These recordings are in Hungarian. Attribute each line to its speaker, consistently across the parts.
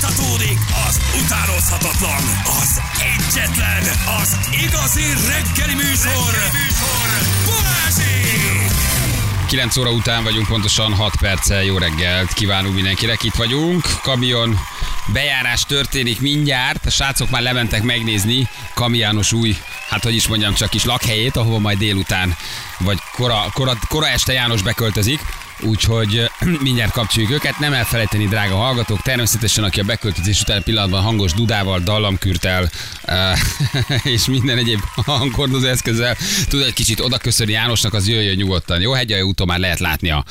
Speaker 1: Fújtatódik az utánozhatatlan, az egyetlen, az igazi reggeli műsor, reggeli műsor. Balázsék!
Speaker 2: 9 óra után vagyunk, pontosan 6 perccel. Jó reggelt kívánunk mindenkinek. Itt vagyunk, kamion bejárás történik mindjárt. A srácok már lementek megnézni Kamiános új, hát hogy is mondjam, csak is lakhelyét, ahova majd délután vagy kora, kora, kora este János beköltözik. Úgyhogy eh, mindjárt kapcsoljuk őket. Nem elfelejteni, drága hallgatók, természetesen, aki a beköltözés után pillanatban hangos dudával, dallamkürtel eh, és minden egyéb hangkordozó eszközzel tud egy kicsit odaköszönni Jánosnak, az jöjjön nyugodtan. Jó, hegyai úton már lehet látni a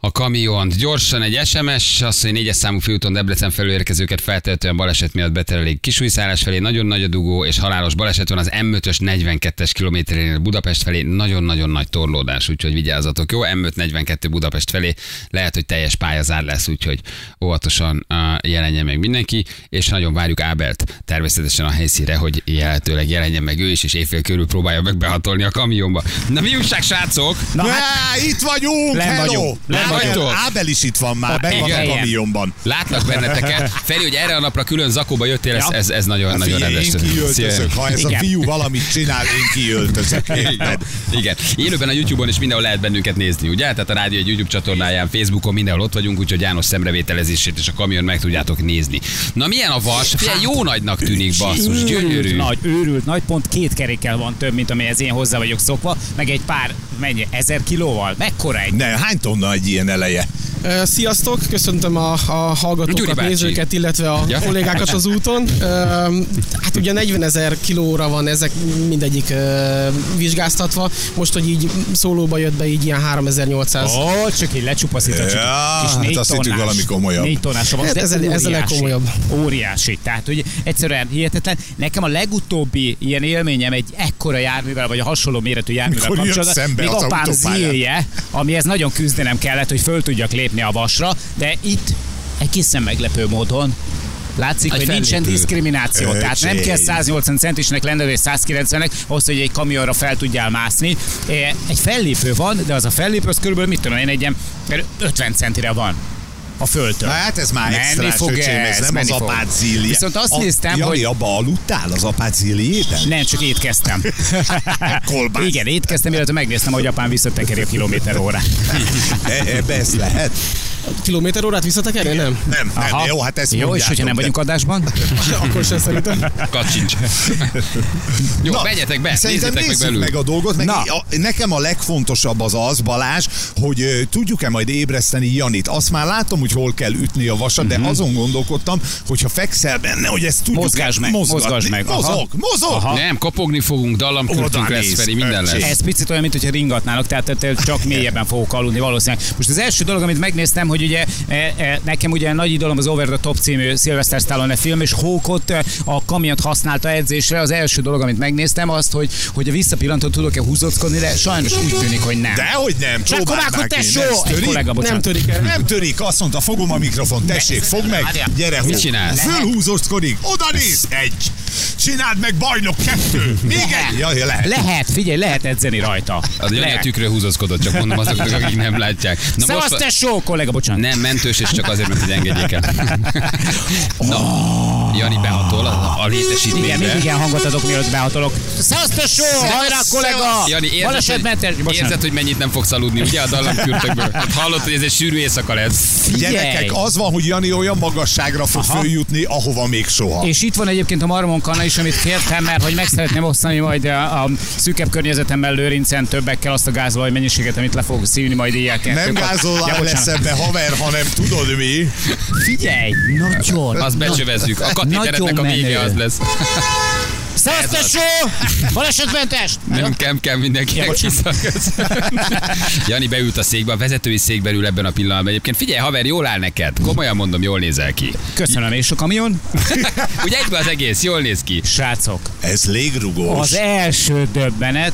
Speaker 2: a kamiont. Gyorsan egy SMS, azt mondja, négyes számú főúton Debrecen felül érkezőket feltehetően baleset miatt beterelik Kisújszárás felé, nagyon nagy a dugó és halálos baleset van az M5-ös 42-es kilométerénél Budapest felé, nagyon-nagyon nagy torlódás, úgyhogy vigyázzatok, jó? M5 42 Budapest felé lehet, hogy teljes pályazár lesz, úgyhogy óvatosan uh, jelenjen meg mindenki, és nagyon várjuk Ábelt természetesen a helyszíre, hogy jelentőleg jelenjen meg ő is, és évfél körül próbálja megbehatolni a kamionba. Na mi újság, srácok?
Speaker 3: Na,
Speaker 4: Ne,
Speaker 3: hát,
Speaker 4: itt vagyunk,
Speaker 3: Len
Speaker 4: hello!
Speaker 3: vagyunk, len
Speaker 4: Ábel-
Speaker 2: vagytok.
Speaker 4: Ábel is itt van már, ben van a
Speaker 2: igen.
Speaker 4: kamionban.
Speaker 2: Látlak benneteket. Feri, hogy erre a napra külön zakóba jöttél, ez, ez, ez nagyon,
Speaker 4: Hát
Speaker 2: nagyon
Speaker 4: figyelj,
Speaker 2: rendes.
Speaker 4: én kiöltözök, ha ez a
Speaker 3: Igen.
Speaker 4: fiú valamit csinál, én kiöltözök, érted?
Speaker 2: Igen. Élőben a YouTube-on is mindenhol lehet bennünket nézni, ugye? Tehát a rádió egy YouTube csatornáján, Facebookon mindenhol ott vagyunk, úgyhogy János szemrevételezését és a kamion meg tudjátok nézni. Na milyen a vas?
Speaker 4: Hát-
Speaker 2: Figyelj, jó nagynak tűnik, basszus,
Speaker 3: Őrült
Speaker 2: gyönyörű.
Speaker 3: nagy, őrült nagy, pont két kerékkel van több, mint amihez én hozzá vagyok szokva, meg egy pár, mennyi, ezer kilóval? Mekkora egy?
Speaker 4: Ne, hány tonna egy ilyen eleje?
Speaker 5: Ö, Sziasztok, köszöntöm a, a
Speaker 2: Gyuri
Speaker 5: hallgatókat,
Speaker 2: bácsi.
Speaker 5: nézőket, illetve a
Speaker 2: Ja.
Speaker 5: ja. kollégákat az úton. Ö, Hát ugye 40 ezer kilóra van ezek mindegyik ö, vizsgáztatva. Most, hogy így szólóba jött be, így ilyen 3800.
Speaker 3: Ó, csak így lecsupaszított.
Speaker 4: Ja, hát azt hittük valami komolyabb.
Speaker 3: Négy tonnás,
Speaker 5: Hát
Speaker 3: ez,
Speaker 5: ez
Speaker 3: ez,
Speaker 5: a- ez
Speaker 3: ez
Speaker 5: a
Speaker 3: a legkomolyabb.
Speaker 5: legkomolyabb.
Speaker 3: Óriási. Tehát, hogy egyszerűen hihetetlen. Nekem a legutóbbi ilyen élményem egy ekkora járművel, vagy a hasonló méretű járművel
Speaker 4: Mikor jött
Speaker 3: kapcsolatban.
Speaker 4: szembe
Speaker 3: még
Speaker 4: az
Speaker 3: apám
Speaker 4: autópályán.
Speaker 3: zéje, amihez nagyon küzdenem kellett, hogy föl tudjak lépni a vasra, de itt egészen meglepő módon Látszik,
Speaker 2: Egy
Speaker 3: hogy nincsen
Speaker 2: fellépő.
Speaker 3: diszkrimináció. Tehát hát nem kell
Speaker 4: Öcsém.
Speaker 3: 180 centisnek lenned, és 190-nek, ahhoz, hogy egy kamionra fel tudjál mászni. Eh, Egy fellépő van, de az a fellépő, az körülbelül mit tudom én, egy ilyen 50 centire van a földtől.
Speaker 4: Na, hát ez már
Speaker 3: Menni
Speaker 4: extra,
Speaker 3: fog
Speaker 4: öcsém, ez
Speaker 3: ez,
Speaker 4: nem az
Speaker 3: menni fog.
Speaker 4: apád zilje.
Speaker 3: Viszont azt néztem,
Speaker 4: Jani,
Speaker 3: hogy-
Speaker 4: abba aludtál az apád zilliéten?
Speaker 3: Nem, csak étkeztem.
Speaker 4: Kolbász.
Speaker 3: Igen, étkeztem, illetve megnéztem, hogy apám visszatekeri a kilométer órát.
Speaker 4: E- Ebbe ez lehet?
Speaker 5: Kilométer órát visszatekerni? Nem.
Speaker 4: Nem, nem,
Speaker 3: Aha.
Speaker 4: jó, hát ezt
Speaker 3: Jó, és
Speaker 4: mondjátok,
Speaker 3: hogyha nem
Speaker 4: de-
Speaker 3: vagyunk adásban?
Speaker 5: Akkor sem szerintem.
Speaker 2: Kacsincs. Jó, menjetek be,
Speaker 4: Szerintem
Speaker 2: nézzétek meg
Speaker 4: nézzük
Speaker 2: belül.
Speaker 4: meg a dolgot. Meg
Speaker 3: Na.
Speaker 4: a, nekem a legfontosabb az az, Balázs, hogy ö, tudjuk-e majd ébreszteni Janit. Azt már látom, hogy hol kell ütni a vasat, de
Speaker 3: Mhm.
Speaker 4: azon gondolkodtam, hogyha fekszel benne, hogy ezt tudjuk
Speaker 3: Mozgass meg, mozgass meg, aha.
Speaker 4: Mozog, mozog.
Speaker 3: Aha.
Speaker 2: Nem, kopogni fogunk, dallamkürtünk
Speaker 4: Oda
Speaker 2: lesz,
Speaker 4: néz,
Speaker 2: Feri, minden
Speaker 4: öcsém.
Speaker 2: lesz.
Speaker 3: Ez picit olyan, mintha ringatnának, tehát tehát csak mélyebben fogok aludni valószínűleg. Most az első dolog, amit megnéztem, hogy ugye eh, eh, nekem ugye nagy idolom az Over the Top című Sylvester Stallone film, és Hókot a kamiont használta edzésre. Az első dolog, amit megnéztem, azt, hogy, hogy a visszapillantó tudok-e húzockodni, de sajnos úgy tűnik, hogy nem.
Speaker 4: Dehogy nem,
Speaker 3: Csak akkor
Speaker 4: próbálták
Speaker 3: akkor
Speaker 4: én,
Speaker 3: tesó!
Speaker 4: ez
Speaker 3: Egy
Speaker 4: törik?
Speaker 3: kollega,
Speaker 4: Nem
Speaker 3: bocsánat.
Speaker 4: törik el. Nem törik, azt mondta, fogom a mikrofon, tessék, fogd meg,
Speaker 3: Várjál.
Speaker 4: gyere, hú.
Speaker 2: csinálsz?
Speaker 4: Fölhúzózkodik, oda néz, egy. Csináld meg, bajnok, kettő, még egy. Jaj, jaj, lehet.
Speaker 3: Lehet, figyelj, lehet edzeni rajta.
Speaker 2: Az Jani a
Speaker 3: Lehet.
Speaker 2: tükrő húzózkodott, csak mondom azoknak, akik nem látják. Hát, Na
Speaker 3: Szevasz,
Speaker 2: most-
Speaker 3: tesó, kollega, bocsánat.
Speaker 2: Nem, mentős, és csak azért, mert hogy engedjék el. Na, Jani behatol a, a
Speaker 3: Igen,
Speaker 2: létesítménybe.
Speaker 3: mindig ilyen hangot adok, mielőtt behatolok. Szevasz, tesó, hajrá, kollega!
Speaker 2: Jani,
Speaker 3: Balesetmentes,
Speaker 2: érzed, hogy,
Speaker 3: bocsánat.
Speaker 2: érzed, hogy mennyit nem fogsz aludni, ugye a dallamkürtökből? Hát hallod, hogy ez egy sűrű éjszaka lesz.
Speaker 3: Figyelj!
Speaker 4: Gyerekek, az van, hogy Jani olyan magasságra fog
Speaker 3: Aha.
Speaker 4: följutni, ahova még soha.
Speaker 3: És itt van egyébként a marmonkanna is, amit kértem, mert hogy meg szeretném osztani majd a, a szűkebb környezetemben lőrincen többekkel azt a gázolaj mennyiséget, amit le fogok szívni majd éjjelként.
Speaker 4: Nem
Speaker 3: Ők-
Speaker 4: gázolál ja, lesz
Speaker 3: bocsánat.
Speaker 4: ebbe haver, hanem tudod mi.
Speaker 3: Figyelj, nagyon.
Speaker 2: Azt becsövezzük. A katéteretnek a
Speaker 3: Nagyon
Speaker 2: vége
Speaker 3: menő.
Speaker 2: az lesz.
Speaker 3: Szevasztessó! Balesetmentes!
Speaker 2: Nem kell, kell mindenki
Speaker 3: Ja,
Speaker 2: kiszakasz. Jani beült a székbe, a vezetői székbe ül ebben a pillanatban. Egyébként figyelj, haver, jól áll neked. Komolyan mondom, jól nézel ki.
Speaker 3: Köszönöm, és a kamion?
Speaker 2: Ugye egyben az egész, jól néz ki.
Speaker 3: Srácok,
Speaker 4: Ez légrugós.
Speaker 3: az e- első döbbenet,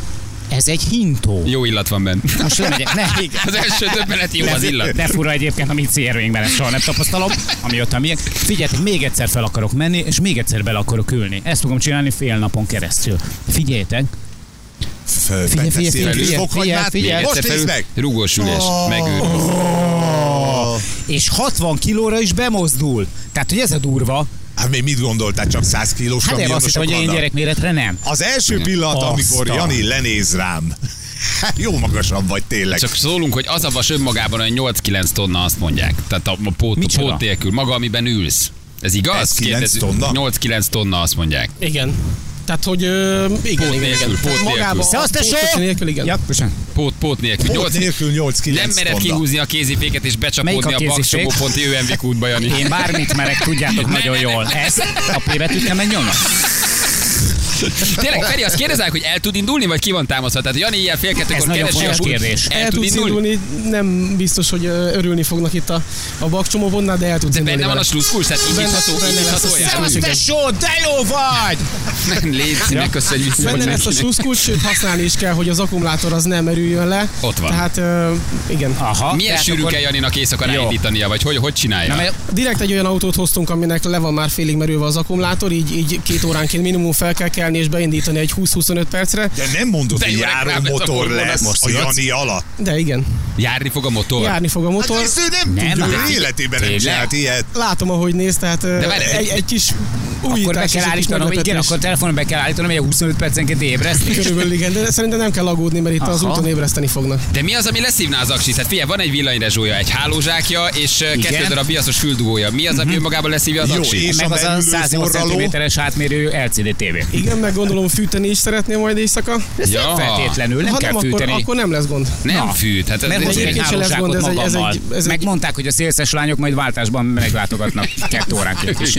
Speaker 3: ez egy hintó.
Speaker 2: Jó illat van benne.
Speaker 3: Most lemegyek, ne, igen.
Speaker 2: Az első döbbenet jó
Speaker 3: De
Speaker 2: az
Speaker 3: fi-
Speaker 2: illat.
Speaker 3: De fura egyébként, amit cérvényben ezt soha nem tapasztalom, ami ott a miénk. Figyeljetek, még egyszer fel akarok menni, és még egyszer bele akarok ülni. Ezt fogom csinálni fél napon keresztül. Figyeljetek,
Speaker 4: Figyelj,
Speaker 3: figyelj, figyelj, figyelj,
Speaker 4: fokhagymát.
Speaker 3: figyelj, figyelj.
Speaker 4: Most
Speaker 2: Egyszer
Speaker 4: nézd
Speaker 2: felül-
Speaker 4: meg.
Speaker 2: Rugós ülés, megőrül.
Speaker 3: és 60 kilóra is bemozdul. Tehát, hogy ez a durva.
Speaker 4: Hát még mit gondoltál, csak 100 kilós
Speaker 3: Hát de azt hittem,
Speaker 4: kamionosok
Speaker 3: hogy én
Speaker 4: vannak?
Speaker 3: gyerekméretre nem.
Speaker 4: Az első pillanat,
Speaker 3: Aztán.
Speaker 4: amikor Jani lenéz rám. Hát, Jó magasabb vagy tényleg.
Speaker 2: Csak szólunk, hogy az a vas önmagában olyan 8-9 tonna, azt mondják. Tehát a, a pót, a
Speaker 3: Micsoda?
Speaker 2: pót nélkül, maga, amiben ülsz. Ez igaz?
Speaker 4: Ez kilenc
Speaker 2: Kérdező-
Speaker 4: tonna?
Speaker 2: 8-9 tonna, azt mondják.
Speaker 5: Igen. Tehát, hogy ö, igen,
Speaker 2: Pót
Speaker 5: igen,
Speaker 2: nélkül,
Speaker 5: igen.
Speaker 2: pót nélkül.
Speaker 5: Magába a
Speaker 3: Szevasztok,
Speaker 5: pótkocsi
Speaker 3: só!
Speaker 5: nélkül, igen.
Speaker 3: Ja, köszönöm.
Speaker 2: Pót, pót nélkül.
Speaker 4: Pót
Speaker 2: 8
Speaker 4: nélkül 8-9
Speaker 2: nem mered
Speaker 4: tonna.
Speaker 2: kihúzni a kéziféket és
Speaker 3: Melyik
Speaker 2: becsapódni
Speaker 3: a
Speaker 2: a, a
Speaker 3: kézifék?
Speaker 2: baksobóponti ÖMV kútba, Jani.
Speaker 3: Én bármit merek, tudjátok nagyon jól. Ez a P betűt nem nyomnak.
Speaker 2: Tényleg, Feri, azt kérdezzük, hogy el tud indulni, vagy ki van támaszva? Tehát Jani ilyen fél kettőkor
Speaker 3: Ez nagyon
Speaker 2: keresi
Speaker 3: fontos
Speaker 2: a pult.
Speaker 3: kérdés.
Speaker 2: El, tud indulni?
Speaker 5: indulni, nem biztos, hogy ö, örülni fognak itt a, a bakcsomóvonnál, de el tudsz
Speaker 2: De
Speaker 5: indulni.
Speaker 2: benne van a
Speaker 5: vele.
Speaker 2: sluszkulcs, tehát
Speaker 5: Benne-
Speaker 2: indítható,
Speaker 5: benne lesz a
Speaker 2: indítható
Speaker 5: slusz-
Speaker 2: jár.
Speaker 5: Szevasz, te
Speaker 3: só, deló vagy!
Speaker 2: Légy színe, köszönjük vissza.
Speaker 5: Benne lesz a sluszkulcs, sőt használni is kell, hogy az akkumulátor az nem erüljön le.
Speaker 2: Ott van.
Speaker 5: Tehát ö, igen.
Speaker 3: Aha.
Speaker 2: Milyen
Speaker 3: tehát
Speaker 2: sűrű
Speaker 3: akkor-
Speaker 2: kell Janinak éjszaka ráindítania, vagy hogy, hogy csinálja?
Speaker 3: Na, mert
Speaker 5: Direkt egy olyan autót hoztunk, aminek le van már félig merülve az akkumulátor, így, így két óránként minimum fel kell kelni és beindítani egy 20-25 percre.
Speaker 4: De nem mondod,
Speaker 2: De
Speaker 4: hogy
Speaker 2: jó,
Speaker 4: járó
Speaker 2: reklám, ez
Speaker 4: motor
Speaker 2: akkor
Speaker 4: lesz
Speaker 2: most
Speaker 4: a
Speaker 2: jön.
Speaker 4: Jani alatt.
Speaker 5: De igen,
Speaker 2: Járni fog a motor?
Speaker 5: járni fog a motor.
Speaker 4: Hát ezt ő nem,
Speaker 3: Nem,
Speaker 4: nem tudja,
Speaker 3: hát
Speaker 4: ő életében nem
Speaker 2: tényleg.
Speaker 4: csinált ilyet.
Speaker 5: Látom, ahogy néz, tehát ö,
Speaker 2: De várj,
Speaker 5: egy, egy kis újítás.
Speaker 3: akkor be
Speaker 5: és
Speaker 3: kell
Speaker 5: egy kis
Speaker 3: állítanom, igen,
Speaker 5: meglepetés.
Speaker 3: akkor telefonon be kell állítanom, hogy a 25 percenként ébreszt.
Speaker 5: Körülbelül igen, de szerintem nem kell aggódni, mert itt az
Speaker 3: Aha.
Speaker 5: úton ébreszteni fognak.
Speaker 2: De mi az, ami leszívná az aksit? Hát figyelj, van egy villanyrezsója, egy hálózsákja és Igen. kettő
Speaker 3: Igen.
Speaker 2: darab biaszos füldugója. Mi az, ami önmagában leszívja az
Speaker 4: Jó,
Speaker 2: aksit?
Speaker 4: és
Speaker 3: Meg
Speaker 4: a
Speaker 3: az a
Speaker 4: megülő
Speaker 3: 108
Speaker 4: forraló.
Speaker 3: cm-es átmérő LCD TV.
Speaker 5: Igen, meg gondolom fűteni is szeretné majd éjszaka.
Speaker 3: Ez
Speaker 2: Ja.
Speaker 3: nem feltétlenül, nem
Speaker 5: ha
Speaker 3: kell
Speaker 5: nem,
Speaker 3: fűteni.
Speaker 5: Akkor, akkor nem lesz gond.
Speaker 2: Nem
Speaker 3: Na.
Speaker 2: fűt. Hát ez
Speaker 3: Mert hozok egy
Speaker 5: egyébként se lesz
Speaker 3: hálózsákot
Speaker 5: gond, ez egy- ez egy-
Speaker 3: magammal.
Speaker 5: ez egy-
Speaker 3: Megmondták, hogy a szélszes lányok majd váltásban meglátogatnak kettő óránként is.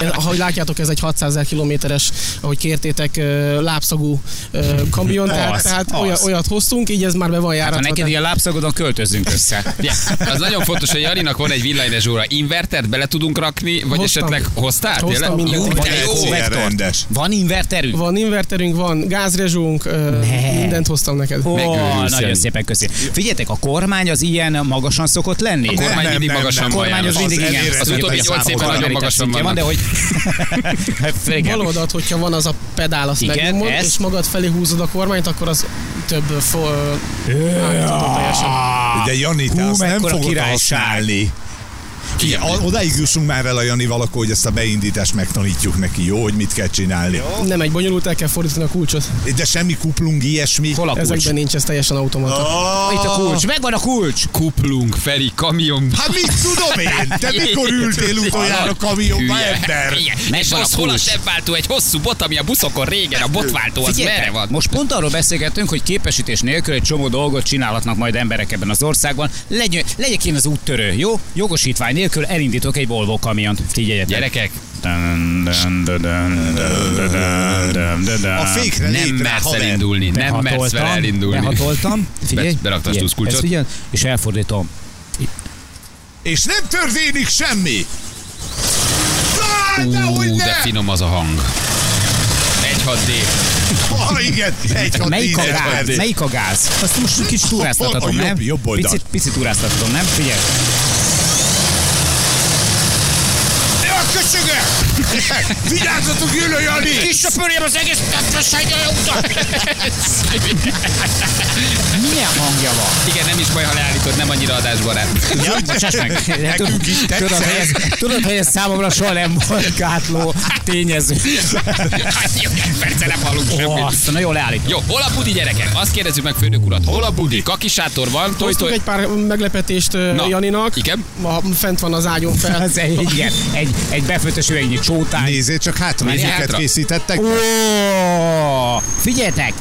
Speaker 5: Ez, Ahogy látjátok, ez egy 600 000 kilométeres, ahogy kértétek, ö, lábszagú ö, kamion, tehát,
Speaker 3: Az,
Speaker 5: tehát
Speaker 3: az.
Speaker 5: Olyat, olyat hoztunk, így ez már be van
Speaker 3: Hát, ha
Speaker 5: járatva.
Speaker 3: neked
Speaker 5: tehát-
Speaker 3: ilyen lábszagodon költözünk össze.
Speaker 2: Ja, az nagyon fontos, hogy Janinak van egy villanyrezsóra. Invertert bele tudunk rakni, vagy
Speaker 5: Hoztam.
Speaker 2: esetleg hoztál?
Speaker 5: Hoztam
Speaker 2: Tényleg?
Speaker 5: mindent.
Speaker 2: Jó,
Speaker 5: Van
Speaker 2: de jó.
Speaker 4: Ilyen
Speaker 3: vektort.
Speaker 4: rendes.
Speaker 3: Van inverterünk?
Speaker 5: Van inverterünk, van gázrezsónk, ö, mindent hoztam neked.
Speaker 3: Ó,
Speaker 2: Megőrülsz,
Speaker 3: nagyon
Speaker 2: Jani.
Speaker 3: szépen köszi. Figyeljetek, a kormány az ilyen magasan szokott lenni?
Speaker 2: A kormány
Speaker 4: nem,
Speaker 2: mindig
Speaker 4: nem,
Speaker 2: magasan
Speaker 4: nem.
Speaker 2: van.
Speaker 4: Kormány
Speaker 3: kormány az
Speaker 2: János.
Speaker 4: az
Speaker 3: mindig igen.
Speaker 4: elérhető,
Speaker 2: Az utóbbi
Speaker 4: elérhető
Speaker 2: nyolc évben
Speaker 4: számokon
Speaker 2: nagyon
Speaker 3: Amerikai
Speaker 2: magasan
Speaker 3: szintje
Speaker 2: vannak. Hát,
Speaker 3: van, de hogy... Igen.
Speaker 5: Bal oldalt, hogyha van az a pedál, azt
Speaker 3: Igen,
Speaker 5: megnyomod,
Speaker 3: ez?
Speaker 5: és magad felé húzod a kormányt, akkor az több fo- állítható teljesen.
Speaker 4: De Jani, te
Speaker 3: Hú,
Speaker 4: azt nem
Speaker 3: mekkora
Speaker 4: fogod
Speaker 3: királyság.
Speaker 4: használni.
Speaker 2: Igen.
Speaker 4: Igen, o- odáig jussunk már el a Janival, akkor, hogy ezt a beindítást megtanítjuk neki, jó, hogy mit kell csinálni.
Speaker 5: Nem egy bonyolult, el kell fordítani a kulcsot.
Speaker 4: De semmi kuplung, ilyesmi.
Speaker 3: Hol a kulcs?
Speaker 5: Ezekben nincs ez teljesen automata.
Speaker 4: Ah,
Speaker 3: Itt a kulcs, megvan a kulcs!
Speaker 2: Kuplunk, Feri, kamionba.
Speaker 4: Hát mit tudom én? Te Hát mikor ültél utoljára a kamionba, ember?
Speaker 2: És
Speaker 3: Megvan a
Speaker 2: az hol a
Speaker 3: kulcs.
Speaker 2: sebváltó, egy hosszú bot, ami a buszokon régen, a botváltó, az
Speaker 3: Figyeljetek,
Speaker 2: merre van?
Speaker 3: Most pont arról beszélgettünk, hogy képesítés nélkül egy csomó dolgot csinálhatnak majd emberek ebben az országban. Legyen, legyek én az úttörő, jó? Jogosítvány nélkül elindítok egy Volvo kamiont. Figyeljetek.
Speaker 2: Gyerekek,
Speaker 4: A fékre
Speaker 2: nem
Speaker 4: lépj rá,
Speaker 2: mersz
Speaker 4: haver.
Speaker 2: elindulni, Hát nem mersz vele elindulni.
Speaker 3: Behatoltam. Figyelj.
Speaker 2: Be- beraktad
Speaker 3: Figyelj,
Speaker 2: sluszkulcsot.
Speaker 3: ezt figyeld, és elfordítom.
Speaker 4: És nem történik semmi. Ah, de hogy
Speaker 2: Ú, de
Speaker 4: ne!
Speaker 2: finom az a hang. 1-6D.
Speaker 4: Ah, igen, egy hat
Speaker 3: Melyik a
Speaker 4: tízes
Speaker 3: gáz?
Speaker 4: perc.
Speaker 3: Melyik a gáz? Azt most kicsit túráztathatom,
Speaker 4: A jobb-
Speaker 3: nem?
Speaker 4: jobb oldal.
Speaker 3: Picit, picit túráztathatom, nem? Figyelj.
Speaker 4: Ja, köcsögök! Vigyázzatok, jön a Jani!
Speaker 3: Kisöpörjem az egész Milyen hangja van?
Speaker 2: Igen, nem is baj, ha leállítod, nem annyira adásbarát.
Speaker 3: Ja, bocsáss meg.
Speaker 4: Nekünk is tetszett.
Speaker 3: Tudod, hogy ez, tudod, hogy ez számomra soha nem volt gátló tényező.
Speaker 2: Hát jó, egy perce nem hallunk
Speaker 3: Ó,
Speaker 2: semmit.
Speaker 3: azt, na jó, leállítom.
Speaker 2: Jó, hol a budi gyerekek? Azt kérdezzük meg főnök urat. Hol a budi? Kaki sátor van, toj,
Speaker 5: Hoztunk
Speaker 2: toj.
Speaker 5: egy pár meglepetést ö,
Speaker 2: Na,
Speaker 5: Janinak.
Speaker 2: igen.
Speaker 5: Ma fent van az ágyon fel.
Speaker 3: Ez egy, igen, egy, egy befőtös üvegnyi csótány.
Speaker 4: Nézzél, csak
Speaker 2: Menjél
Speaker 4: hátrányeket
Speaker 2: hátra.
Speaker 4: készítettek.
Speaker 3: Ó, figyeljetek!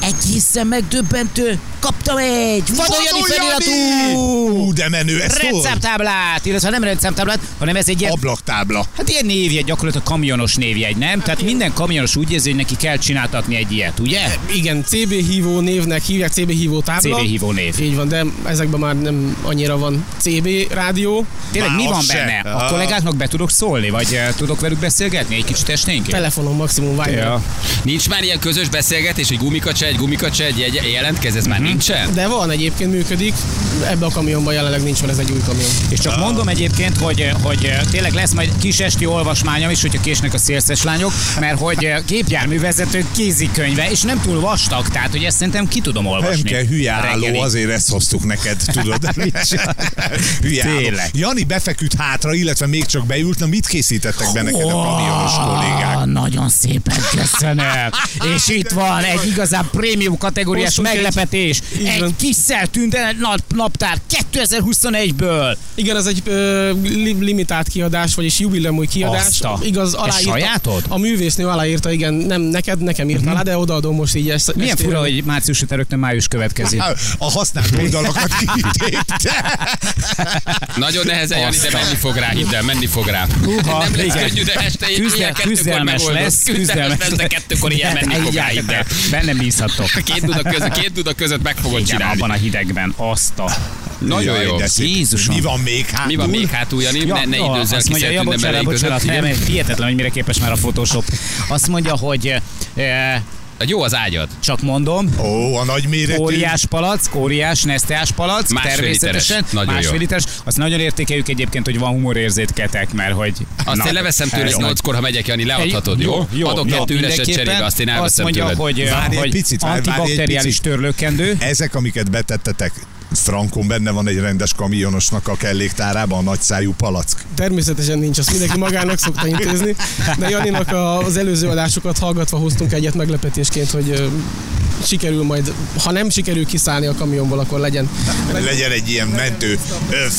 Speaker 3: Egészen megdöbbentő, kaptam egy vadonjani
Speaker 4: Vadon Jani!
Speaker 3: feliratú
Speaker 4: Ú, de menő, ez hol?
Speaker 3: rendszámtáblát, illetve nem rendszámtáblát, hanem ez egy ilyen
Speaker 4: Ablaktábla.
Speaker 3: Hát ilyen névjegy, gyakorlatilag kamionos névjegy, nem?
Speaker 4: Hát
Speaker 3: Tehát minden kamionos úgy érzi, hogy neki kell csináltatni egy ilyet, ugye?
Speaker 5: Igen, CB hívó névnek hívják, CB hívó tábla.
Speaker 3: CV hívó név.
Speaker 5: Így van, de ezekben már nem annyira van CB rádió.
Speaker 3: Tényleg mi
Speaker 4: Már
Speaker 3: van
Speaker 4: az se.
Speaker 3: benne? A
Speaker 4: Ah.
Speaker 3: kollégáknak be tudok szólni, vagy eh, tudok velük beszélgetni? Egy kicsit esnénk?
Speaker 5: Telefonon maximum Viber.
Speaker 3: Ja.
Speaker 2: Nincs már ilyen közös beszélgetés, hogy gumikat se egy egy gumikat, se egy jegye, jelentkezz, ez már
Speaker 3: Mhm.
Speaker 2: nincsen?
Speaker 5: De van egyébként, működik. Ebbe a kamionban jelenleg nincs, mert ez egy új kamion.
Speaker 3: És
Speaker 4: Ah.
Speaker 3: csak mondom egyébként, hogy, eh, hogy tényleg lesz majd kis esti olvasmányom is, hogyha késnek a szélszes lányok, mert hogy gépjárművezetők kézikönyve, és nem túl vastag, tehát hogy ezt szerintem ki tudom olvasni.
Speaker 4: Nem kell hülye álló,
Speaker 3: Reggelig.
Speaker 4: azért ezt hoztuk neked, tudod. hülye álló.
Speaker 3: Tényleg.
Speaker 4: Jani befeküdt hátra, illetve még csak beült, na mit készítettek be neked a kamionos kollégák?
Speaker 3: Ó, Nagyon szépen köszönöm. És itt van egy igazán prémium kategóriás
Speaker 5: Hoztunk egy-
Speaker 3: meglepetés.
Speaker 5: Így
Speaker 3: Egy
Speaker 5: van.
Speaker 3: kis tűnt el egy nap, naptár 2021-ből.
Speaker 5: Igen, ez egy ö, li, limitált kiadás, vagyis jubileumi kiadás.
Speaker 3: Azt a-
Speaker 5: Igaz,
Speaker 3: ez
Speaker 5: aláírta.
Speaker 3: sajátod? Mhm.
Speaker 5: A művésznő aláírta, igen, nem neked, nekem írta alá, de odaadom most így ezt.
Speaker 3: Milyen
Speaker 5: ezt
Speaker 3: fura, hogy március után rögtön május következik.
Speaker 4: Á, Hát, A használt oldalakat kitépte.
Speaker 2: Nagyon nehezen, Jani, de menni fog rá, hidd el, menni fog rá.
Speaker 3: Húha,
Speaker 2: nem lesz
Speaker 3: igen.
Speaker 2: könnyű, de este
Speaker 3: Küzde-
Speaker 2: ilyen kettőkor
Speaker 3: küzdelmes
Speaker 2: megoldod.
Speaker 3: lesz,
Speaker 2: küzdelmes
Speaker 3: küzdelmes
Speaker 2: lesz, de
Speaker 3: lesz. Hát,
Speaker 2: kettőkor ilyen menni fog rá, hidd el.
Speaker 3: Bennem bízhatok.
Speaker 2: Két duda között, két duda között meg fogod
Speaker 3: Igen,
Speaker 2: csinálni.
Speaker 3: abban a hidegben, azt a...
Speaker 2: Nagyon
Speaker 4: Jaj,
Speaker 2: jó.
Speaker 4: de szép.
Speaker 3: Jézusom.
Speaker 4: Mi van még Hát, hátul?
Speaker 2: Mi van még hátul, Jani? Ne, ne időzzel
Speaker 3: azt
Speaker 2: ki,
Speaker 3: mondja, ja,
Speaker 2: szerintem nem
Speaker 3: bocsánat,
Speaker 2: elég között.
Speaker 3: bocsánat, nem,
Speaker 2: figyelj.
Speaker 3: hihetetlen, hogy mire képes már a Photoshop. Azt mondja, hogy e,
Speaker 2: Jó az ágyad.
Speaker 3: csak mondom,
Speaker 4: Ó, a nagy méretű.
Speaker 3: Óriás palack, óriás neszteás palack,
Speaker 2: Másfél
Speaker 3: természetesen.
Speaker 2: literes. Nagyon
Speaker 3: másfél
Speaker 2: jó.
Speaker 3: literes. Azt nagyon értékeljük egyébként, hogy van humorérzéketek, mert hogy...
Speaker 2: Azt én leveszem tőled
Speaker 3: ez-
Speaker 2: 8-kor, ha megyek, Jani, leadhatod, jó? Adok kettő üreset
Speaker 3: mindenképpen.
Speaker 2: cserébe, azt én elveszem
Speaker 3: Azt mondja,
Speaker 2: tőled.
Speaker 3: hogy,
Speaker 4: Várj egy
Speaker 3: hogy
Speaker 4: picit, várj, várj egy
Speaker 3: antibakteriális
Speaker 4: picit.
Speaker 3: törlőkendő.
Speaker 4: Ezek, amiket betettetek, frankon benne van egy rendes kamionosnak a kelléktárában a nagyszájú palack.
Speaker 5: Természetesen nincs, azt mindenki magának szokta intézni. De Janinak a- az előző adásokat hallgatva hoztunk egyet meglepetésként, hogy ö, sikerül majd, ha nem sikerül kiszállni a kamionból, akkor legyen.
Speaker 3: Hát
Speaker 4: Legyen egy ilyen mentő. Öf.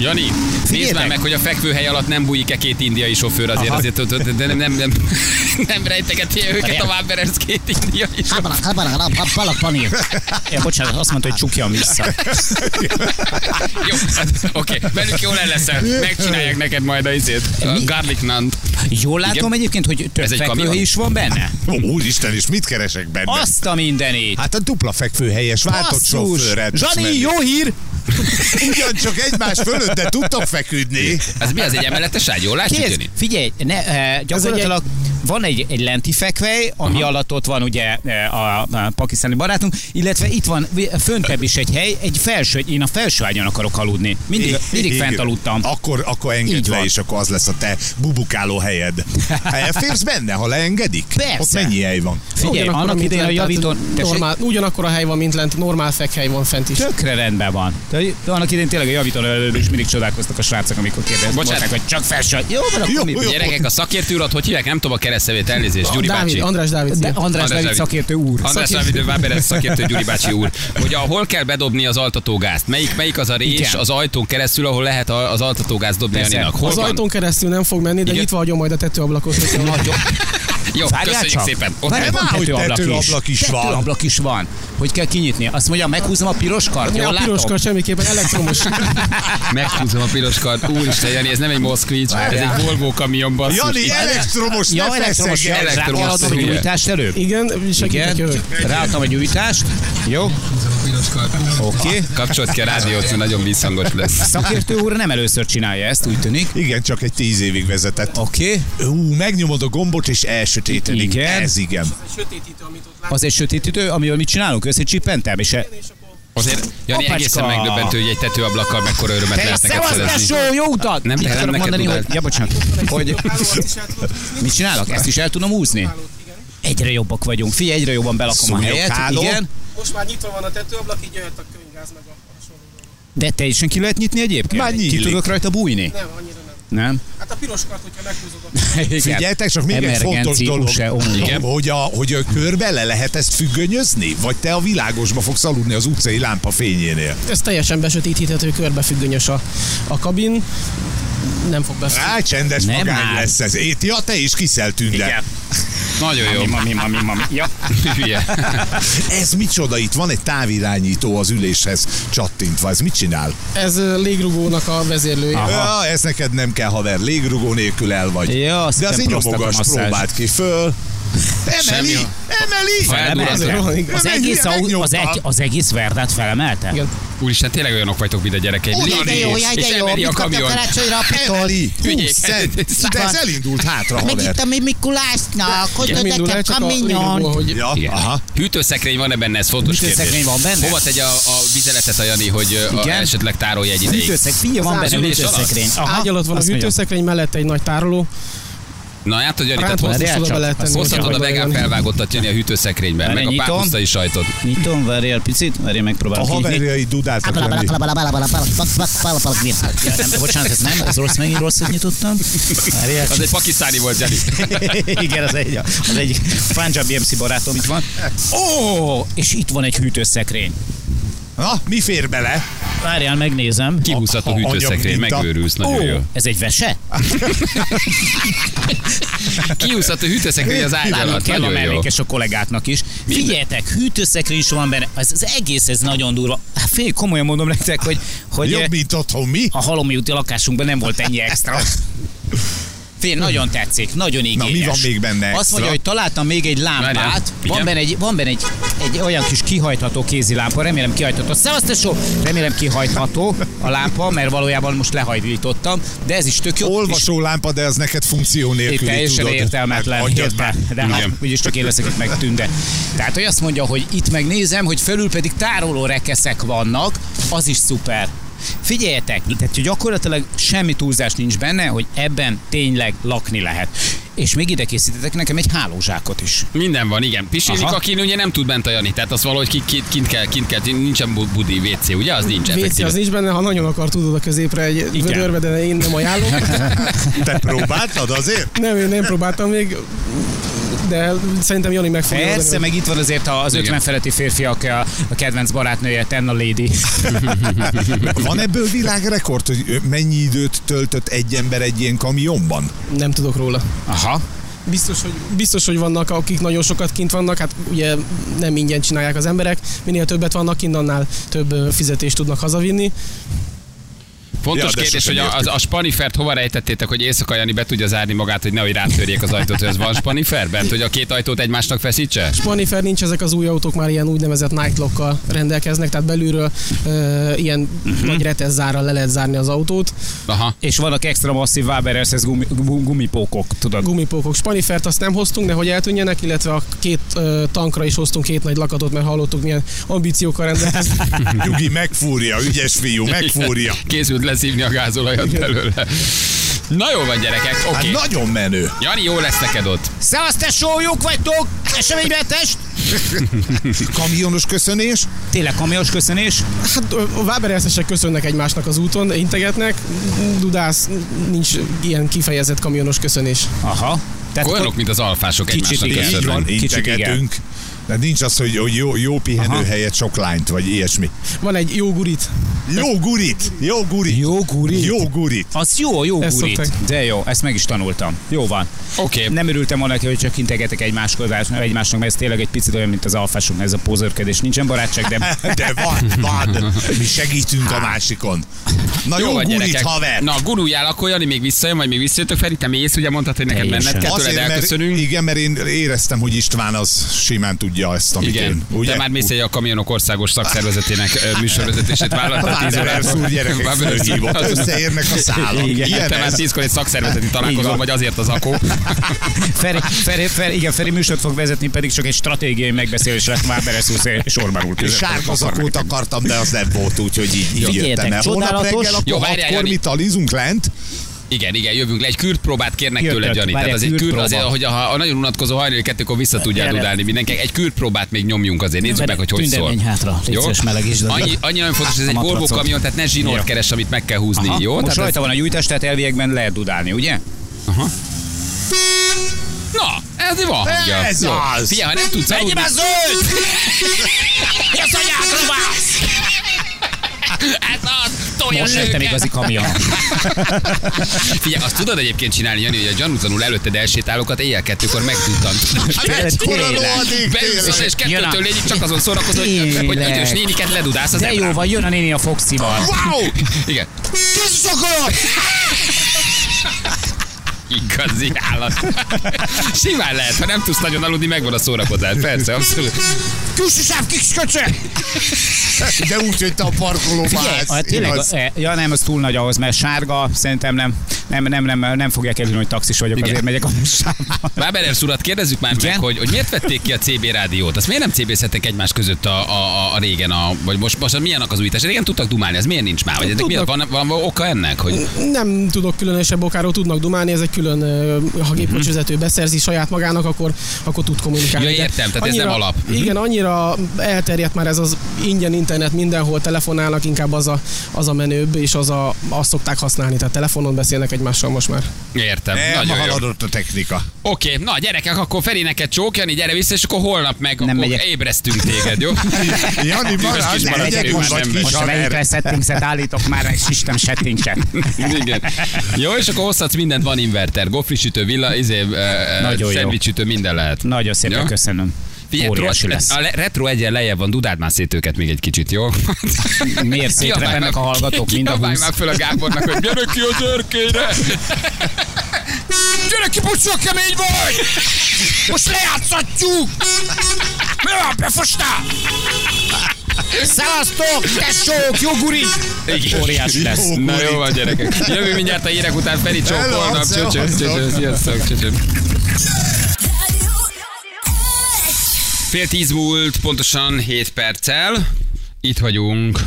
Speaker 2: Jani, nézd már meg, hogy a fekvőhely alatt nem bújik-e két indiai sofőr azért,
Speaker 3: Aha.
Speaker 2: azért de- de nem, nem, nem, nem rejtegeti őket, tovább veresz két indiai sofőr.
Speaker 3: Habala, habala, habala, habala, panír. Ja, bocsánat, azt mondta, hogy csukjam vissza.
Speaker 2: Jó, hát, oké, velük jól el leszel. Megcsinálják neked majd a izét. A
Speaker 3: Mi?
Speaker 2: garlic nant.
Speaker 3: Jól látom
Speaker 2: Igen.
Speaker 3: egyébként, hogy több
Speaker 2: Ez egy
Speaker 3: fekvőhely
Speaker 2: kamion?
Speaker 3: is van benne?
Speaker 4: Ó, Úristen, és mit keresek benne?
Speaker 3: Azt a mindenit!
Speaker 4: Hát a dupla fekvőhelyes váltott
Speaker 3: Basszus!
Speaker 4: sofőrrel. tudsz
Speaker 3: Zsani,
Speaker 4: menni.
Speaker 3: jó hír!
Speaker 4: Ugyancsak egymás fölött, de tudtak feküdni.
Speaker 2: Ez mi az egy emeletes ágy? Jól látjuk,
Speaker 3: Kéz,
Speaker 2: Jani?
Speaker 3: figyelj, ne, e, gyakorlatilag van egy, egy lenti fekvely, ami Aha. alatt ott van ugye e, a, a pakisztáni barátunk, illetve itt van vi- föntebb is egy hely, egy felső, én a felső ágyon akarok aludni. Mindig, mindig
Speaker 4: Igen.
Speaker 3: fent aludtam.
Speaker 4: Akkor, akkor
Speaker 3: Így
Speaker 4: engedd le,
Speaker 3: van.
Speaker 4: és akkor az lesz a te bubukáló helyed. Hát, Elférsz benne, ha leengedik?
Speaker 3: Persze.
Speaker 4: Ott mennyi hely van?
Speaker 3: Figyelj,
Speaker 5: Ugyanakkor,
Speaker 3: annak
Speaker 5: mint
Speaker 3: idején a
Speaker 4: hát
Speaker 5: lent, tehát
Speaker 3: javítón... Tessék,
Speaker 5: Normál, ugyanakkor a hely van, mint lent, normál fekhely van fent is.
Speaker 3: Tökre rendben van. De annak idén tényleg a javítón előbb is mindig csodálkoztak a srácok, amikor kérdezték,
Speaker 2: Bocsánat.
Speaker 3: mondták, hogy csak felső. ágy. Jó, van, akkor
Speaker 4: Jó,
Speaker 3: mi?
Speaker 4: jó.
Speaker 2: Gyerekek, a szakértőrat hogy hívják? Nem tudom a keresztevét, elnézést, Gyuri
Speaker 5: Dávid,
Speaker 2: bácsi.
Speaker 5: András Dávid.
Speaker 3: De
Speaker 5: szia.
Speaker 3: András David szakértő úr.
Speaker 2: András Dávid Váberes szakértő Gyuri bácsi úr. Hogy a, hol kell bedobni az altatógázt? Melyik, melyik az a rés
Speaker 3: Igen.
Speaker 2: az ajtón keresztül, ahol lehet a- az altatógázt dobni
Speaker 3: Persze.
Speaker 2: Janinak? Hol
Speaker 5: Az
Speaker 2: van?
Speaker 5: ajtón keresztül nem fog menni, de
Speaker 2: Igen.
Speaker 5: nyitva hagyom majd a tetőablakot. hogyha-
Speaker 3: Nagyon,
Speaker 2: Jó,
Speaker 3: Várjál
Speaker 2: köszönjük
Speaker 3: csak.
Speaker 2: szépen. Ott
Speaker 3: Várjál,
Speaker 4: van
Speaker 3: van
Speaker 4: hogy
Speaker 3: tetőablak
Speaker 4: tetőablak is van.
Speaker 3: Tetőablak is van. Hogy kell kinyitni? Azt mondja, meghúzom a piros kart,
Speaker 5: Ja,
Speaker 3: jól
Speaker 5: a
Speaker 3: látom?
Speaker 5: piroskal semmiképpen elektromos.
Speaker 2: Meghúzom a piros kart. Úristen, Jani, ez nem egy Moszkvics, ez
Speaker 3: Várjál.
Speaker 2: egy Volvo kamion basszus.
Speaker 4: Jani, elektromos, ne
Speaker 3: Ja, elektromos,
Speaker 4: feszegetj!
Speaker 3: ja,
Speaker 2: elektromos
Speaker 3: ráadom egy
Speaker 2: szűrje.
Speaker 3: újítást előbb.
Speaker 5: Igen, segítek
Speaker 3: Igen,
Speaker 5: jövök.
Speaker 3: ráadtam egy újítást. Jó, oké. Okay.
Speaker 2: Kapcsolt ki a rádiót, mert nagyon visszhangos lesz.
Speaker 3: Szakértő úr nem először csinálja ezt, úgy tűnik.
Speaker 4: Igen, csak egy tíz évig vezetett.
Speaker 3: Oké, okay.
Speaker 4: Ú, megnyomod a gombot, és elsötétedik.
Speaker 3: Igen.
Speaker 4: Ez igen.
Speaker 5: Sötétítő, amit ott
Speaker 3: az egy sötétítő, amivel mit csinálunk, összecsippentem, és e-
Speaker 2: Azért, Jani,
Speaker 3: Apacska!
Speaker 2: egészen megdöbbentő, hogy egy tetőablakkal mekkora örömet lehet neked
Speaker 3: Szevasz,
Speaker 2: szerezni.
Speaker 3: tesó, jó utat!
Speaker 2: Nem,
Speaker 3: Mit
Speaker 2: de nem
Speaker 3: akarok
Speaker 2: neked
Speaker 3: mondani,
Speaker 2: dudált.
Speaker 3: hogy... Ja, bocsánat. Hogy
Speaker 5: látni.
Speaker 3: mit csinálok? Ezt is el tudom húzni? Egyre jobbak vagyunk. Figyelj, egyre jobban belakom a
Speaker 4: Szúnyog
Speaker 3: helyet.
Speaker 4: háló.
Speaker 3: Igen.
Speaker 5: Most már nyitva van a tetőablak, így jöhet a könyvgáz meg a hasonló.
Speaker 3: De teljesen ki lehet nyitni egyébként?
Speaker 4: Már
Speaker 3: ki
Speaker 4: nyílik.
Speaker 3: tudok rajta bújni?
Speaker 5: Nem, annyira nem.
Speaker 3: Nem?
Speaker 5: Hát a piros kart, hogyha meghúzod,
Speaker 3: Igen.
Speaker 4: Figyeljetek, csak még egy fontos
Speaker 3: Emergency
Speaker 4: dolog,
Speaker 3: use only.
Speaker 4: hogy a, hogy a körbe le lehet ezt függönyözni? Vagy te a világosba fogsz aludni az utcai lámpa fényénél?
Speaker 5: Ez teljesen besötétíthető, körbefüggönyös a, a kabin. Nem fog beszélni.
Speaker 4: Á, csendes
Speaker 3: Nem
Speaker 4: magány
Speaker 3: áll.
Speaker 4: lesz ez. É, ja, te is kiszel tünde.
Speaker 3: Igen.
Speaker 2: Nagyon jó.
Speaker 3: Mami, mami, mami. Ja.
Speaker 2: Hülye.
Speaker 4: Ez micsoda, itt van egy távirányító az üléshez csattintva. Ez mit csinál?
Speaker 5: Ez ö, légrugónak a vezérlője.
Speaker 3: Aha.
Speaker 4: Ja, ez neked nem kell, haver. Légrugó nélkül el vagy.
Speaker 3: Ja, azt
Speaker 4: De
Speaker 3: hittem
Speaker 4: azért nyomogass,
Speaker 3: prostatamasszázs.
Speaker 4: próbáld ki föl. Emeli!
Speaker 2: Semmi-
Speaker 4: Emeli!
Speaker 2: Feldurrantak.
Speaker 3: Felemelte?
Speaker 5: rohan igaz.
Speaker 3: Az
Speaker 4: Nem,
Speaker 3: egész,
Speaker 4: ennyire
Speaker 3: au- az,
Speaker 4: megnyomta.
Speaker 3: egy, az egész Verdát felemelte?
Speaker 5: Igen.
Speaker 2: Úristen, tényleg olyanok vagytok, mint a gyerekeim.
Speaker 4: Oda
Speaker 6: De
Speaker 2: Légy
Speaker 6: jó,
Speaker 2: és-
Speaker 6: jaj, de
Speaker 2: és
Speaker 6: jó,
Speaker 2: emeli
Speaker 6: mit
Speaker 2: a
Speaker 6: kaptak a
Speaker 2: kamion.
Speaker 6: rácsonyra apitól?
Speaker 4: Emeli!
Speaker 2: Ügyék.
Speaker 4: Húsz cent. De ez elindult hátra, haver.
Speaker 6: Megittem egy Mikulásnak, hogy
Speaker 5: Nem
Speaker 6: nekem
Speaker 5: indul el, csak a lényegból,
Speaker 6: kaminyon.
Speaker 5: hogy
Speaker 4: Ja,
Speaker 2: Igen.
Speaker 4: aha.
Speaker 2: Hűtőszekrény van-e benne, ez fontos
Speaker 3: Hűtőszekrény
Speaker 2: kérdés.
Speaker 3: van benne?
Speaker 2: Hova tegye a, a vizeletet a Jani, hogy ö, a,
Speaker 3: Igen?
Speaker 2: esetleg tárolja egy ideig?
Speaker 3: Hűtőszek, figyelj, van
Speaker 5: Az
Speaker 3: benne
Speaker 2: ásülés alatt?
Speaker 3: hűtőszekrény. Aha,
Speaker 5: ágy alatt van a
Speaker 3: azt mondja.
Speaker 5: hűtőszekrény, mellette egy nagy tároló.
Speaker 2: Na hát, hogy Jani, tehát
Speaker 5: Rántva
Speaker 2: hozz-
Speaker 5: azt is
Speaker 3: várjál
Speaker 5: oda
Speaker 3: csak,
Speaker 5: be lehet
Speaker 3: azt
Speaker 5: tenni. hogyha
Speaker 2: hozhatod a
Speaker 5: vagy
Speaker 2: vegán
Speaker 5: olyan.
Speaker 2: felvágottat Jani a hűtőszekrényben,
Speaker 3: Várj,
Speaker 2: meg a
Speaker 3: nyitom.
Speaker 2: páposztai sajtot.
Speaker 3: Nyitom, várjál picit, várjál, megpróbálom
Speaker 4: A
Speaker 3: kinyitni.
Speaker 4: haverjai dudáltak lenni.
Speaker 3: Ja, nem, bocsánat, ez nem, ez rossz, megint rosszat nyitottam. Várjál,
Speaker 2: Az egy pakisztáni volt, Jani.
Speaker 3: Igen, az egy, az egy Punjabi MC barátom itt van. Ó, és itt van egy hűtőszekrény.
Speaker 4: Na, mi fér bele?
Speaker 3: Várjál, megnézem.
Speaker 2: Kihúzhat a
Speaker 4: A- a
Speaker 2: hűtőszekrény,
Speaker 4: anyagminta.
Speaker 2: megőrülsz nagyon jó.
Speaker 3: Ez egy vese?
Speaker 2: Hát, Kihúzhat a hűtőszekrény az ágy
Speaker 3: Nálunk
Speaker 2: alatt,
Speaker 3: kell a
Speaker 2: nagyon jó.
Speaker 3: mellékes a kollégáknak is. Figyeljetek, hűtőszekrény is van benne. Ez, az egész, ez nagyon durva. Hát Fél komolyan mondom nektek, hogy, hogy eh,
Speaker 4: Jobb, mint otthon mi?
Speaker 3: a Halomi úti lakásunkban nem volt ennyi extra. Fél, nagyon tetszik, nagyon igényes.
Speaker 4: mi van még benne
Speaker 3: Azt
Speaker 4: extra?
Speaker 3: mondja, hogy találtam még egy
Speaker 2: Várjál,
Speaker 3: lámpát.
Speaker 2: igen.
Speaker 3: Van benne, egy, van benne egy, egy olyan kis kihajtható kézilámpa, remélem kihajtható. Szevasz, tesó! Remélem kihajtható a lámpa, mert valójában most lehajtítottam, de ez is tök jó. És
Speaker 4: Olvasó lámpa, de ez neked funkció
Speaker 3: Épp
Speaker 4: nélküli,
Speaker 3: teljesen
Speaker 4: tudod?
Speaker 3: értelmetlen.
Speaker 4: Hát, adjad
Speaker 3: Érte,
Speaker 4: már.
Speaker 3: de hát,
Speaker 2: Igen.
Speaker 3: úgyis csak én leszek itt meg tünde. Tehát, hogy azt mondja, hogy itt megnézem, hogy fölül pedig tároló rekeszek vannak, az is szuper. Figyeljetek, tehát hogy gyakorlatilag semmi túlzás nincs benne, hogy ebben tényleg lakni lehet. És még ide készítettek nekem egy hálózsákot is.
Speaker 2: Minden van, igen. Pisilni
Speaker 3: Aha.
Speaker 2: kakin ugye nem tud bent ajani, tehát az valahogy ki- ki- kint kell, kint kell, nincsen bu- budi WC, ugye? Az nincs
Speaker 5: WC az
Speaker 2: effektív.
Speaker 5: nincs benne, ha nagyon akar tudod a középre egy
Speaker 3: Igen.
Speaker 5: vödörbe, de én nem ajánlom.
Speaker 4: Te próbáltad azért?
Speaker 5: Nem, én nem próbáltam még, de szerintem Jani meg fogja
Speaker 3: Persze,
Speaker 5: oldani.
Speaker 3: meg itt van azért az
Speaker 2: Igen.
Speaker 3: 50 feletti férfiak a, a kedvenc barátnője, Tenna Lady.
Speaker 4: Van ebből világrekord, hogy ö, mennyi időt töltött egy ember egy ilyen kamionban?
Speaker 5: Nem tudok róla.
Speaker 3: Aha.
Speaker 5: Biztos hogy, biztos, hogy vannak, akik nagyon sokat kint vannak, hát ugye nem ingyen csinálják az emberek, minél többet vannak kint, annál több ö, fizetést tudnak hazavinni.
Speaker 2: Fontos
Speaker 4: Ja, de
Speaker 2: kérdés, hogy
Speaker 4: sosem
Speaker 2: a, az, a spanifert hova rejtettétek, hogy éjszaka Jani be tudja zárni magát, hogy nehogy rátörjék az ajtót, hogy ez van spanifer bent, hogy a két ajtót egymásnak feszítse?
Speaker 5: Manifer nincs, ezek az új autók már ilyen úgynevezett nightlockkal rendelkeznek, tehát belülről ö, ilyen nagy retezzárral le lehet zárni az autót.
Speaker 2: Aha.
Speaker 3: És vannak extra masszív Waber SS gumi, gumi- gumipókok, tudod.
Speaker 5: Gumipókok. Spanifert azt nem hoztunk, de hogy eltűnjenek, illetve a két ö, tankra is hoztunk két nagy lakatot, mert hallottuk, milyen ambíciókkal rendelkeznek.
Speaker 4: Nyugi, megfúrja, ügyes fiú, megfúrja.
Speaker 2: Készült leszívni a gázolajat belőle. Na jó van, gyerekek, oké.
Speaker 4: Hát
Speaker 2: Okay.
Speaker 4: nagyon menő.
Speaker 2: Jani, jó lesz neked ott.
Speaker 3: Szevasz, tesó, jók vagytok! Eseményben test!
Speaker 4: Kamionos köszönés?
Speaker 3: Tényleg kamios köszönés.
Speaker 5: Hát ö, a vábereszesek köszönnek egymásnak az úton, integetnek, dudász, nincs ilyen kifejezett kamionos köszönés.
Speaker 3: Aha. Tehát
Speaker 2: Olyanok, mint az alfások
Speaker 3: Kicsit
Speaker 2: egymásnak
Speaker 3: igen.
Speaker 4: Így
Speaker 2: köszönnek.
Speaker 4: van,
Speaker 3: Kicsit
Speaker 4: integetünk. De nincs az, hogy hogy jó, jó pihenő
Speaker 3: Aha.
Speaker 4: helyett sok lányt, vagy ilyesmi.
Speaker 5: Van egy jó gurit,
Speaker 4: Jó gurit, jó gurit, jó,
Speaker 3: gurit. Jó.
Speaker 4: gurit.
Speaker 3: Az jó, jó
Speaker 5: Ezt
Speaker 3: gurit.
Speaker 5: szokták.
Speaker 3: De jó, ezt meg is tanultam. Jó van.
Speaker 2: Oké.
Speaker 3: Nem örültem volna neki, hogy csak integetek egymáshoz, egymásnak, mert ez tényleg egy picit olyan, mint az alfásunk, ez a pózörködés. Nincsen barátság, de
Speaker 4: De van, van. Mi segítünk a másikon. Na jó,
Speaker 2: van,
Speaker 4: gurit,
Speaker 2: gyerekek.
Speaker 4: haver.
Speaker 2: Na, guruljál akkor, Jani, még visszajön, vagy még visszajöttök Feri, te mész, ugye mondtad, hogy neked
Speaker 3: Teljesen.
Speaker 2: menned kell, tőled
Speaker 4: mert,
Speaker 2: elköszönünk.
Speaker 4: igen, mert én éreztem, hogy István az simán tudja ezt, amit
Speaker 2: Igen,
Speaker 4: én.
Speaker 2: ugye?
Speaker 4: Ugye?
Speaker 2: te már mész egy a Kamionok Országos Szakszervezetének ö, műsorvezetését vállaltál 10
Speaker 4: Váderer
Speaker 2: órában.
Speaker 4: szúr gyerekek
Speaker 2: Váderer szúr.
Speaker 4: fölhívott. Összeérnek a szálak.
Speaker 3: Igen.
Speaker 4: Ilyen
Speaker 2: Te már
Speaker 4: ez.
Speaker 2: tízkor egy szakszervezeti
Speaker 3: Így
Speaker 2: találkozón
Speaker 3: van.
Speaker 2: vagy azért az akó.
Speaker 3: Feri, Feri, Feri, igen, Feri műsort fog vezetni, pedig csak egy stratégiai megbeszélés lesz már Bereszúsz és Orbán úr között.
Speaker 4: Sárga zakót akartam, de az nem volt, úgyhogy így, így
Speaker 3: Figyeljetek,
Speaker 4: jöttem el. Holnap
Speaker 3: csodálatos.
Speaker 4: reggel
Speaker 2: Jó,
Speaker 4: akkor
Speaker 2: várjál,
Speaker 4: hatkor
Speaker 2: Jani.
Speaker 4: mi talizunk lent.
Speaker 2: Igen, igen, jövünk le. Egy kürtpróbát kérnek
Speaker 3: Jöttek,
Speaker 2: tőled, Jani.
Speaker 3: várj,
Speaker 2: Tehát az egy kürt,
Speaker 3: kürtpróba.
Speaker 2: azért, hogy ha a nagyon unatkozó hajnali kettőkor vissza tudjál
Speaker 3: Erre.
Speaker 2: dudálni mindenki. Egy kürtpróbát még nyomjunk azért. Nézzük
Speaker 3: Várj,
Speaker 2: meg, hogy hogy
Speaker 3: tünde,
Speaker 2: szól.
Speaker 3: menj hátra, légy szíves, melegítsd a-
Speaker 2: annyi, annyi nagyon fontos, hogy ez egy
Speaker 3: a
Speaker 2: Volvo
Speaker 3: matracot.
Speaker 2: kamion, tehát ne zsinót
Speaker 3: Jó.
Speaker 2: keres, amit meg kell húzni,
Speaker 3: Aha,
Speaker 2: jó?
Speaker 3: Most
Speaker 2: Tehát
Speaker 3: rajta van a gyújtás, tehát elviekben lehet dudálni, ugye?
Speaker 2: ez... Na, ez van. hangja.
Speaker 4: Ez
Speaker 2: Jó.
Speaker 4: az.
Speaker 2: Figyelj, ha nem tudsz aludni,
Speaker 3: zöld!
Speaker 6: Ez anyádra
Speaker 2: ez az. hát Tolja
Speaker 3: Most
Speaker 2: őket.
Speaker 3: lettem igazi kamion.
Speaker 2: Figyelj, azt tudod egyébként csinálni, Jani, hogy a gyanútlanul előtted elsétálókat éjjel kettőkor megtudtam.
Speaker 3: Hát
Speaker 4: Egy kora
Speaker 3: Tényleg.
Speaker 4: rohadék,
Speaker 2: Beülsz,
Speaker 4: tényleg.
Speaker 2: és kettőtől légyig csak azon szórakozol, hogy, hogy
Speaker 3: Tényleg.
Speaker 2: ötös néniket ledudász az
Speaker 3: De jó
Speaker 2: ebrán.
Speaker 3: van, jön a néni a foxival.
Speaker 4: Wow!
Speaker 2: Igen.
Speaker 4: Kész a kaja!
Speaker 2: Igaz. igazi állat. Simán lehet, ha nem tudsz nagyon aludni, megvan a szórakozás. Persze, abszolút.
Speaker 6: Külső sáv, kis köcsö!
Speaker 4: De úgy, hogy te a parkolóba állsz.
Speaker 3: Hát tényleg,
Speaker 4: Igaz?
Speaker 3: eh, ja nem, az túl nagy ahhoz, mert sárga, szerintem nem, nem, nem, nem, nem fogják elhinni, hogy taxis vagyok,
Speaker 2: Igen.
Speaker 3: Igen. azért megyek a sárga.
Speaker 2: Váberes urat kérdezzük már meg, hogy, hogy miért vették ki a CB rádiót? Azt miért nem CB-zhettek egymás között a, a, a, a régen, a, vagy most, most milyenek az újítás? Régen tudtak dumálni, ez miért nincs már? Vagy ennek miért, van, van, van oka ennek? Hogy
Speaker 5: Nem tudok különösebb okáról, tudnak dumálni, ez egy külön, ö, ha gépkocsivezető beszerzi saját magának, akkor, akkor tud kommunikálni.
Speaker 2: Mhm. Ja,
Speaker 5: De
Speaker 2: értem, tehát ez nem alap. Mhm.
Speaker 5: Igen, annyira elterjedt már ez az ingyen internet, mindenhol telefonálnak, inkább az a, az a menőbb, és az a, azt szokták használni, tehát telefonon beszélnek egymással most már.
Speaker 2: értem,
Speaker 4: Nem
Speaker 2: nagyon jó.
Speaker 4: haladott a technika.
Speaker 2: Oké, na gyerekek, akkor Feri neked csók, Jani, gyere vissza, és akkor holnap meg nem akkor
Speaker 3: megyek.
Speaker 2: ébresztünk téged, jó?
Speaker 4: Jani,
Speaker 2: Kis
Speaker 4: marad,
Speaker 2: kis
Speaker 4: ne
Speaker 2: marad,
Speaker 4: legyek
Speaker 2: ő
Speaker 4: most
Speaker 2: már nem
Speaker 4: vagy kis
Speaker 2: megy.
Speaker 3: Most a
Speaker 4: haver.
Speaker 3: vegyikre settingset állítok már, és Isten settingset.
Speaker 2: Igen. Jó, és akkor hozhatsz mindent, van inverter, gofrisütő, villa, izé,
Speaker 3: Nagyon jó.
Speaker 2: szendvicsütő, minden lehet.
Speaker 3: Nagyon szépen
Speaker 2: Ja?
Speaker 3: köszönöm.
Speaker 2: Figyelj,
Speaker 3: Óriási
Speaker 2: tro-
Speaker 3: lesz.
Speaker 2: a le- retro egyen lejjebb van, dudád már szét őket még egy kicsit, jó?
Speaker 3: Miért szét
Speaker 2: Kiabálj
Speaker 3: repenek
Speaker 2: már-
Speaker 3: a hallgatók, mind a
Speaker 2: kiabálj
Speaker 3: húsz?
Speaker 2: már föl a Gábornak, hogy gyere ki az örkére!
Speaker 6: Gyere ki, pucsol, kemény vagy! Most lejátszatjuk! Mi van, befostál? Szevasztok, tesók, joguri!
Speaker 2: Igen.
Speaker 3: Óriási lesz.
Speaker 2: Na jó van, gyerekek. Jövő mindjárt a hírek után, Feri csók,
Speaker 4: Hello,
Speaker 2: holnap, csöcsö,
Speaker 4: szevasztok.
Speaker 2: csöcsö, sziasztok, csöcsö. Fél tíz múlt, pontosan 7 perccel. Itt vagyunk.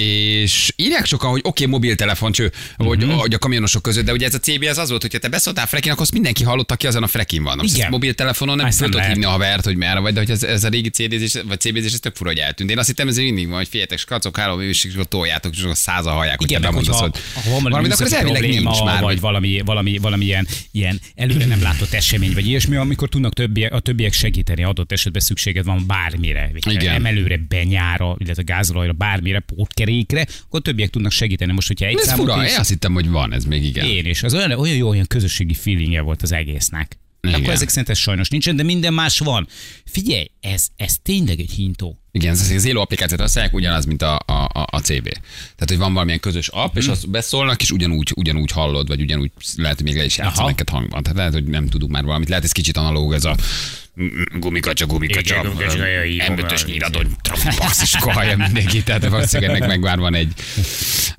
Speaker 2: És írják sokan, hogy oké, okay, mobiltelefon cső, hogy, mm-hmm. hogy a kamionosok között, de ugye ez a CB az az volt, hogy te beszóltál frekin, akkor azt mindenki hallotta, aki azon a frekin van. Most
Speaker 3: Igen.
Speaker 2: ezt mobiltelefonon nem
Speaker 3: Ezt Hát nem
Speaker 2: tudod
Speaker 3: lehet.
Speaker 2: hívni a havert, hogy merre vagy, de hogy ez, ez a régi CD-zés, vagy CB-zés, ez tök fura, hogy eltűnt. Én azt hittem, ez mindig van, hogy féljetek, skacok, háló, és akkor toljátok, és akkor százal hallják, hogy te
Speaker 3: Igen, meg
Speaker 2: bemondod,
Speaker 3: hogyha
Speaker 2: hogy
Speaker 3: ha van valami
Speaker 2: valamit, akkor ez
Speaker 3: műszaki
Speaker 2: elvileg
Speaker 3: probléma,
Speaker 2: nincs már.
Speaker 3: vagy valami, valami, valami ilyen, ilyen előre nem látott esemény, vagy ilyesmi, amikor tudnak többiek, a többiek segíteni, adott esetben szükséged van bármire, vagy
Speaker 2: Igen.
Speaker 3: emelőre, benyára, illetve gázolajra, bármire, pótkerékre, akkor többiek tudnak segíteni. Most, hogyha egy
Speaker 2: Ez
Speaker 3: számot
Speaker 2: fura,
Speaker 3: is,
Speaker 2: én azt hittem, hogy van ez még, igen.
Speaker 3: én is. Az olyan, olyan jó, olyan közösségi feelingje volt az egésznek.
Speaker 2: Igen.
Speaker 3: Igen. Akkor ezek szerint ez sajnos nincsen, de minden más van. Figyelj, ez, ez tényleg egy hintó.
Speaker 2: Igen, ez az, az élő applikációt használják, ugyanaz, mint a, a, a, a CB. Tehát, hogy van valamilyen közös app,
Speaker 3: Mhm.
Speaker 2: és azt beszólnak, és ugyanúgy, ugyanúgy hallod, vagy ugyanúgy lehet, hogy még le is játszol
Speaker 3: Aha.
Speaker 2: neked hangban. Tehát lehet, hogy nem tudunk már valamit. Lehet, ez kicsit analóg ez a mm, mm, gumikacsa, gumikacsa,
Speaker 3: Igen, gumikacsa, jaj, így van,
Speaker 2: embötös
Speaker 3: már.
Speaker 2: nyíradon, trafax, és akkor hallja mindenki. Tehát valószínűleg ennek meg már van egy,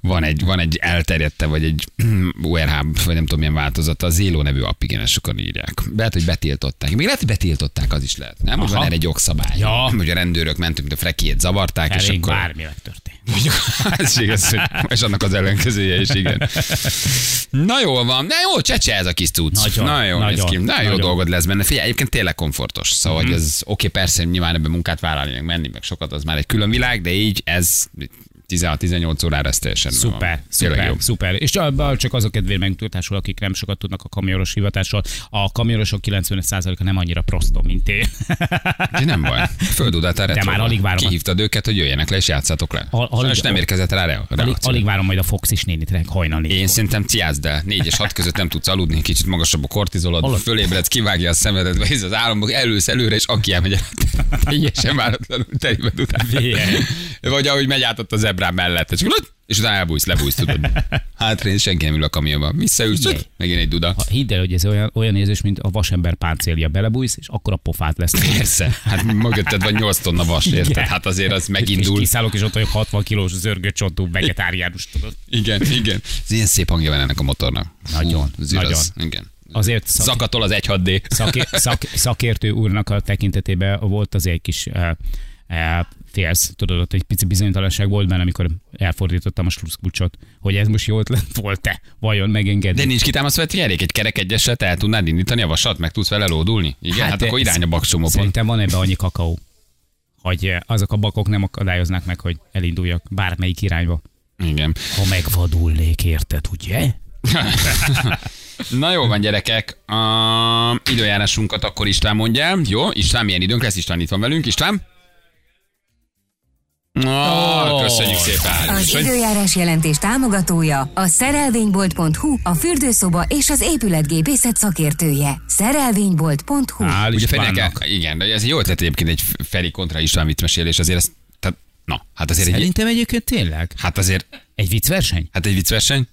Speaker 2: van egy, van egy elterjedte, vagy egy mm, URH, vagy nem tudom milyen változata. A Zélo nevű app, igen, ezt sokan írják. Lehet, hogy betiltották. Még lehet, hogy betiltották, az is lehet. Nem, hogy
Speaker 3: Aha.
Speaker 2: van erre egy jogszabály.
Speaker 3: Ja.
Speaker 2: Hogy a rendőrök mentünk, mint a frekiét zavarták, és
Speaker 3: Elég
Speaker 2: akkor...
Speaker 3: bármi megtörtént.
Speaker 2: Mondjuk, ez igaz, hogy, és annak az ellenkezője is, igen. Na jól van, na jó, csecse ez a kis cucc.
Speaker 3: Nagyon,
Speaker 2: na jó,
Speaker 3: nagyon,
Speaker 2: ki. Na jó
Speaker 3: nagyon. Mhm.
Speaker 2: dolgod lesz benne. Figyelj, egyébként tényleg komfortos. Szóval, hogy ez oké, persze, nyilván ebben munkát vállalni, meg menni, meg sokat, az már egy külön világ, de így ez 16-18 órára ez teljesen megvan.
Speaker 3: Szuper,
Speaker 2: Tényleg
Speaker 3: szuper,
Speaker 2: jó.
Speaker 3: szuper. És csak- csak azok kedvéért megtudtásul, akik nem sokat tudnak a kamionos hivatásról. A kamionosok 95%-a nem annyira prostó, mint én.
Speaker 2: Úgyhogy nem baj. Földudát erre.
Speaker 3: De már alig várom.
Speaker 2: Kihívtad őket, hogy jöjjenek le és játsszátok le. Szóval,
Speaker 3: Al- alig-
Speaker 2: és nem érkezett rá re-
Speaker 3: Alig,
Speaker 2: reakció.
Speaker 3: alig várom majd a Fox is nénit rá hajnalni.
Speaker 2: Én szerintem ciázd el. 4 és 6 között nem tudsz aludni, kicsit magasabb a kortizolod,
Speaker 3: Alap.
Speaker 2: fölébredsz, kivágja a szemedet, vagy ez az álomok, elősz előre, és aki elmegy el. Teljesen váratlanul terület után.
Speaker 3: Ilyen.
Speaker 2: Vagy ahogy megy át ott az ebrán mellett, és, akkor- és utána elbújsz, lebújsz, tudod. Hátrén senki nem ül a kamionban. Visszaülsz,
Speaker 3: Figyelj.
Speaker 2: ott megint egy duda.
Speaker 3: Ha hidd el, hogy ez olyan, olyan érzés, mint a vasember páncélja belebújsz, és akkor a pofát lesz.
Speaker 2: Persze, hát mögötted van 8 tonna vas, érted?
Speaker 3: Igen.
Speaker 2: Hát azért az
Speaker 3: És
Speaker 2: megindul.
Speaker 3: kiszállok, és ott vagyok 60 kilós zörgőcsontú vegetáriánus, tudod.
Speaker 2: Igen, igen. Ez ilyen szép hangja van ennek a motornak. Fú,
Speaker 3: Nagyon,
Speaker 2: az igaz.
Speaker 3: nagyon.
Speaker 2: Igen.
Speaker 3: Azért szak,
Speaker 2: Zakatol az 1-6D.
Speaker 3: szaké, szak, szakértő úrnak a tekintetében volt azért egy kis uh, uh, félsz, tudod, ott egy pici bizonytalanság volt benne, amikor elfordítottam a sluszkulcsot, hogy ez most jó ötlet volt-e, vajon megengedni.
Speaker 2: De nincs kitámasztva egy kerék, egy kerek egyeset el tudnád indítani a vasat, meg tudsz vele lódulni? Igen, hát,
Speaker 3: Hát
Speaker 2: hát
Speaker 3: de
Speaker 2: akkor
Speaker 3: ez-
Speaker 2: irány a baksomó pont.
Speaker 3: Szerintem van ebben annyi kakaó, hogy eh, azok a bakok nem akadályoznak meg, hogy elinduljak bármelyik irányba.
Speaker 2: Igen.
Speaker 3: Ha megvadulnék, érted, ugye?
Speaker 2: Na jó van, gyerekek. Um, időjárásunkat akkor István mondja el. Jó, István, milyen időnk lesz? István itt van velünk. István? Oh, köszönjük szépen.
Speaker 7: Az
Speaker 2: És hogy-
Speaker 7: időjárás jelentés támogatója a szerelvénybolt.hu, a fürdőszoba és az épületgépészet szakértője. Szerelvénybolt.hu
Speaker 3: Hál'
Speaker 2: Ugye Ferinek el,
Speaker 3: Istvánnak.
Speaker 2: igen, de ez jó ötlet egyébként egy Feri kontra István viccmesélés, azért ez, tehát, na, hát azért egy,
Speaker 3: Szerintem egyébként tényleg.
Speaker 2: hát azért,
Speaker 3: Egy viccverseny?
Speaker 2: hát egy viccverseny.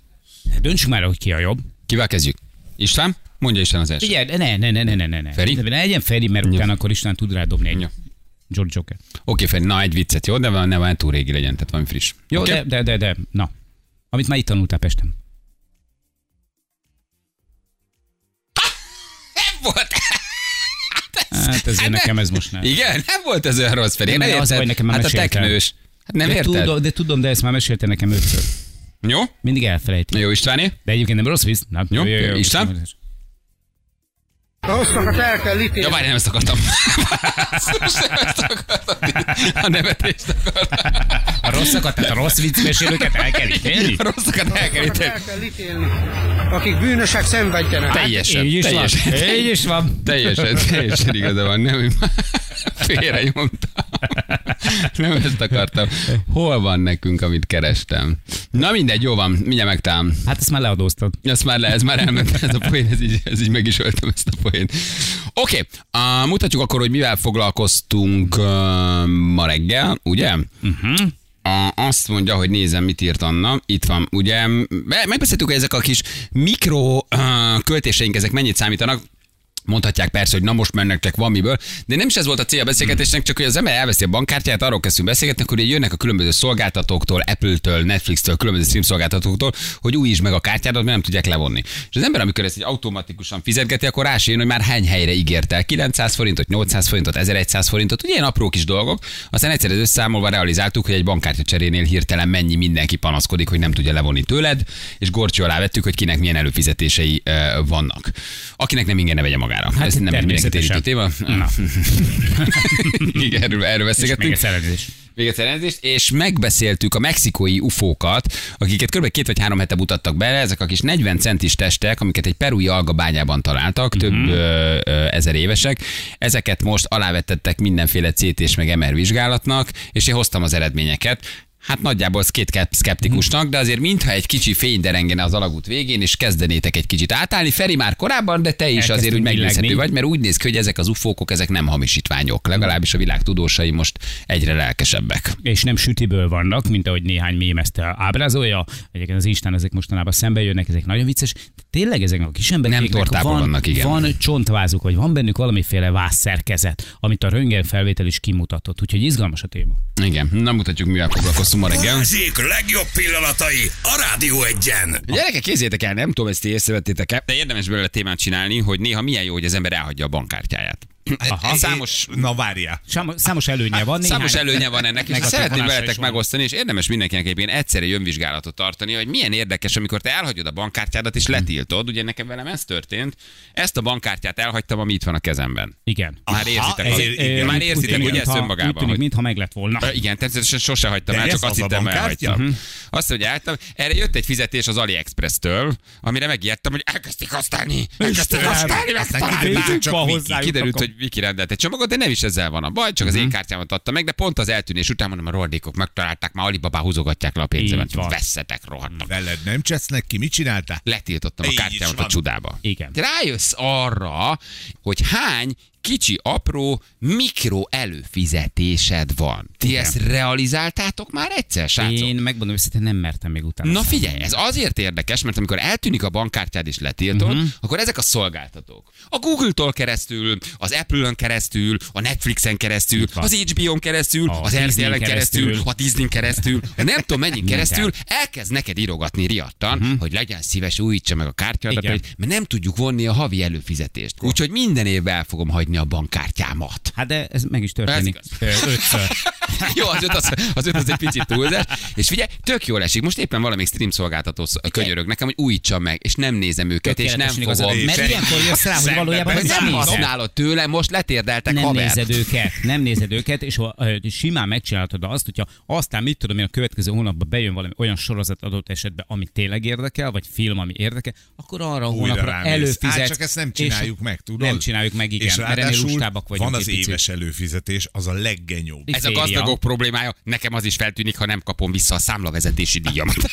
Speaker 3: Döntsük már, hogy ki a jobb.
Speaker 2: Kivel kezdjük? István? Mondja Isten az első.
Speaker 3: Figyelj, ne, ne, ne, ne, ne, ne, ne.
Speaker 2: Feri?
Speaker 3: Ne legyen Feri, mert utána akkor Isten tud rá dobni egy
Speaker 2: Jó.
Speaker 3: Johnny Joker.
Speaker 2: Oké, Feri, na egy viccet, jó? De van- ne van túl régi legyen, tehát valami friss.
Speaker 3: Jó,
Speaker 2: Oké?
Speaker 3: de, de, de, de, na. Amit már itt tanultál Pesten.
Speaker 2: Nem volt.
Speaker 3: Hát ez nekem ez most nem.
Speaker 2: Igen, nem volt ez olyan rossz, Feri.
Speaker 3: Nem,
Speaker 2: Nem,
Speaker 3: mert az
Speaker 2: érted?
Speaker 3: vagy, nekem már
Speaker 2: hát a
Speaker 3: mesélted.
Speaker 2: teknős. Hát nem
Speaker 3: de
Speaker 2: érted?
Speaker 3: Tudom, de tudom, de ezt már mesélte nekem ötször.
Speaker 2: Jó?
Speaker 3: Mindig elfelejti.
Speaker 2: Jó, Istváné?
Speaker 3: De egyébként nem rossz víz. Na,
Speaker 2: Jó, István? Ja, várj, nem ezt akartam. Basszus, nem ezt akartam. A nevetést akartam.
Speaker 3: A rosszakat, tehát a rossz vicc mesélőket el kell ítélni?
Speaker 2: A rosszakat el kell ítélni.
Speaker 8: Hát kell ítélni, akik bűnösek szenvedjenek.
Speaker 2: Teljesen.
Speaker 3: Hát, Így is van.
Speaker 2: teljesen.
Speaker 3: Így is van.
Speaker 2: Teljesen, teljesen igaza van, nem, félre nyomtam. Nem ezt akartam. Hol van nekünk, amit kerestem? Na mindegy, jó van, mindjárt megtám.
Speaker 3: Hát ezt már leadóztad.
Speaker 2: Ezt már le, ez már elment, ez a poén, ez így, ez így meg is öltem ezt a poén. Oké, okay, mutatjuk akkor, hogy mivel foglalkoztunk uh, ma reggel, ugye? Uh-huh. A, azt mondja, hogy nézem, mit írt Anna. Itt van, ugye? me- Megbeszéltük, hogy ezek a kis mikro uh, költéseink, ezek mennyit számítanak? Mondhatják persze, hogy na most mennek, csak van miből, de nem is ez volt a cél a beszélgetésnek, csak hogy az ember elveszi a bankkártyáját, arról kezdünk beszélgetni, akkor így jönnek a különböző szolgáltatóktól, Apple-től, Netflix-től, különböző streamszolgáltatóktól, hogy újítsd meg a kártyádat, mert nem tudják levonni. És az ember, amikor ezt egy automatikusan fizetgeti, akkor rá se jön, hogy már hány helyre ígérte. 900 forintot, 800 forintot, 1100 forintot, ugye ilyen apró kis dolgok. Aztán egyszer ez összeszámolva realizáltuk, hogy egy bankkártya cserénél hirtelen mennyi mindenki panaszkodik, hogy nem tudja levonni tőled, és gorcső alá vettük, hogy kinek milyen előfizetései ö, vannak. Akinek nem ingyen ne vegye magára. Hát ez nem egy mindenkit érintő téma.
Speaker 3: Na,
Speaker 2: Igen, erről, erről
Speaker 3: és még
Speaker 2: beszélgettünk.
Speaker 3: egy szerelés.
Speaker 2: Még egyszer elnézést, és megbeszéltük a mexikói ufókat, akiket kb. két vagy három hete mutattak bele, ezek a kis 40 centis testek, amiket egy perui algabányában találtak, több
Speaker 3: Mhm.
Speaker 2: ö, ö, ezer évesek. Ezeket most alávetettek mindenféle CT és meg MR vizsgálatnak, és én hoztam az eredményeket. Hát nagyjából két szkeptikusnak, de azért mintha egy kicsi fény derengene az alagút végén, és kezdenétek egy kicsit átállni. Feri már korábban, de te is azért úgy
Speaker 3: Elkezdtünk
Speaker 2: megnézhető
Speaker 3: billegni.
Speaker 2: vagy, mert úgy néz ki, hogy ezek az ufókok, ezek nem hamisítványok. Legalábbis a világ tudósai most egyre lelkesebbek.
Speaker 3: és nem sütiből vannak, mint ahogy néhány mém ezt ábrázolja. Egyébként az Instán ezek mostanában szembe jönnek, ezek nagyon vicces. De tényleg ezek a kis emberek,
Speaker 2: Nem tortából
Speaker 3: van,
Speaker 2: vannak, igen.
Speaker 3: van csontvázuk, vagy van bennük valamiféle vászszerkezet, amit a röntgen felvétel is kimutatott. Úgyhogy izgalmas a téma.
Speaker 2: Igen, nem mutatjuk, mivel foglalkoztunk ma reggel.
Speaker 1: Balázsék legjobb pillanatai a Rádió egyen.
Speaker 2: Gyerekek, kézzétek el, nem tudom, ezt ti észrevettétek el, de érdemes belőle témát csinálni, hogy néha milyen jó, hogy az ember elhagyja a bankkártyáját. Aha. Számos
Speaker 4: Na várjál.
Speaker 3: Sámo- Számos előnye van. Néhány
Speaker 2: Számos előnye van ennek, és
Speaker 3: negatív
Speaker 2: szeretném
Speaker 3: hatása
Speaker 2: veletek
Speaker 3: is van.
Speaker 2: megosztani, és érdemes mindenkinek egyébként egyszerű önvizsgálatot tartani, hogy milyen érdekes, amikor te elhagyod a bankkártyádat és letiltod, ugye nekem velem ez történt, ezt a bankkártyát elhagytam, ami itt van a kezemben.
Speaker 3: Igen.
Speaker 2: Már érzitek,
Speaker 4: ez-
Speaker 2: az-
Speaker 4: ez-
Speaker 2: igen, már
Speaker 4: úgy
Speaker 2: érzitek,
Speaker 4: tűnik,
Speaker 2: hogy ezt
Speaker 3: mintha-
Speaker 2: önmagában.
Speaker 3: Úgy tűnik,
Speaker 2: hogy-
Speaker 3: mintha meg lett volna.
Speaker 2: Ö, Igen, természetesen sose hagytam
Speaker 4: De
Speaker 2: el, csak
Speaker 4: ez
Speaker 2: azt
Speaker 4: az a Mhm.
Speaker 2: hittem
Speaker 4: bankkártya?
Speaker 2: elhagytam. Azt mondja, elhagytam. Erre jött egy fizetés az AliExpress-től, amire megijedtem, hogy elkezdték használni. Elkezdték
Speaker 3: Istenem!
Speaker 2: használni,
Speaker 3: Neki
Speaker 2: megtalálták.
Speaker 3: vésük
Speaker 2: Csak
Speaker 3: van
Speaker 2: Viki.
Speaker 3: hozzájuk,
Speaker 2: Kiderült,
Speaker 3: akkor.
Speaker 2: hogy Viki rendelt egy csomagot, de nem is ezzel van a baj, csak az
Speaker 4: Mhm.
Speaker 2: én kártyámat adta meg, de pont az eltűnés után mondom, a roldékok megtalálták, már Alibabá húzogatják le a pénzemet.
Speaker 3: Így van.
Speaker 2: Vesszetek, rohadtak.
Speaker 4: Veled nem csesznek ki, mit csináltál?
Speaker 2: Letiltottam a
Speaker 4: Így is
Speaker 2: kártyámat a
Speaker 4: van.
Speaker 2: csudába.
Speaker 3: Igen.
Speaker 2: Rájössz arra, hogy hány kicsi, apró, mikro előfizetésed van. Ti Igen. ezt realizáltátok már egyszer, srácok?
Speaker 3: Én megmondom őszintén, nem mertem még utána.
Speaker 2: Na
Speaker 3: szállni.
Speaker 2: figyelj, ez azért érdekes, mert amikor eltűnik a bankkártyád és letiltod,
Speaker 3: Mhm.
Speaker 2: uh-huh. akkor ezek a szolgáltatók. A Google-tól keresztül, az Apple-ön keresztül, a Netflixen keresztül,
Speaker 3: van.
Speaker 2: az HBO-n keresztül,
Speaker 3: A
Speaker 2: az RTL-en
Speaker 3: Disneyn
Speaker 2: keresztül,
Speaker 3: keresztül.
Speaker 2: a Disney-n keresztül, a nem tudom mennyi
Speaker 3: Minden. Mhm.
Speaker 2: keresztül, elkezd neked írogatni riadtan, uh-huh. hogy legyen szíves, újítsa meg a kártyádat,
Speaker 3: Igen.
Speaker 2: mert nem tudjuk vonni a havi előfizetést. Úgyhogy minden évben el fogom hagyni a bankkártyámat.
Speaker 3: Hát de ez meg is történik. Hát
Speaker 2: Ez
Speaker 3: Ö, Ötször.
Speaker 2: jó, az öt az, az, öt az egy picit túlzás. És figyelj, tök jól esik. Most éppen valamelyik stream szolgáltató sz- könyörög nekem, hogy újítsam meg, és nem nézem őket, és nem
Speaker 3: Tökéletesen
Speaker 2: fogom.
Speaker 3: igazad van. Mert
Speaker 4: Cserél.
Speaker 3: ilyenkor jössz rá, hogy
Speaker 4: Szembe
Speaker 3: valójában
Speaker 4: persze.
Speaker 2: nem
Speaker 3: nem nézed.
Speaker 2: használod tőle, most letérdeltek
Speaker 3: nem
Speaker 2: haver.
Speaker 3: nézed őket, nem nézed őket, és ha, ö, simán megcsinálhatod azt, hogyha aztán mit tudom én a következő hónapban bejön valami olyan sorozat adott esetben, ami tényleg érdekel, vagy film, ami érdekel, akkor arra a
Speaker 4: Újra
Speaker 3: hónapra
Speaker 4: rámész.
Speaker 3: előfizetsz.
Speaker 4: Á, csak ezt nem
Speaker 3: és
Speaker 4: csináljuk meg, tudod?
Speaker 3: Nem csináljuk meg, igen.
Speaker 4: És
Speaker 3: mert
Speaker 4: Ráadásul
Speaker 3: lustábbak vagyunk
Speaker 9: van az
Speaker 3: egy picit.
Speaker 9: éves előfizetés, az a leggenyóbb.
Speaker 2: Ez a
Speaker 3: Széria.
Speaker 2: gazdagok problémája, nekem az is feltűnik, ha nem kapom vissza a számlavezetési díjamat.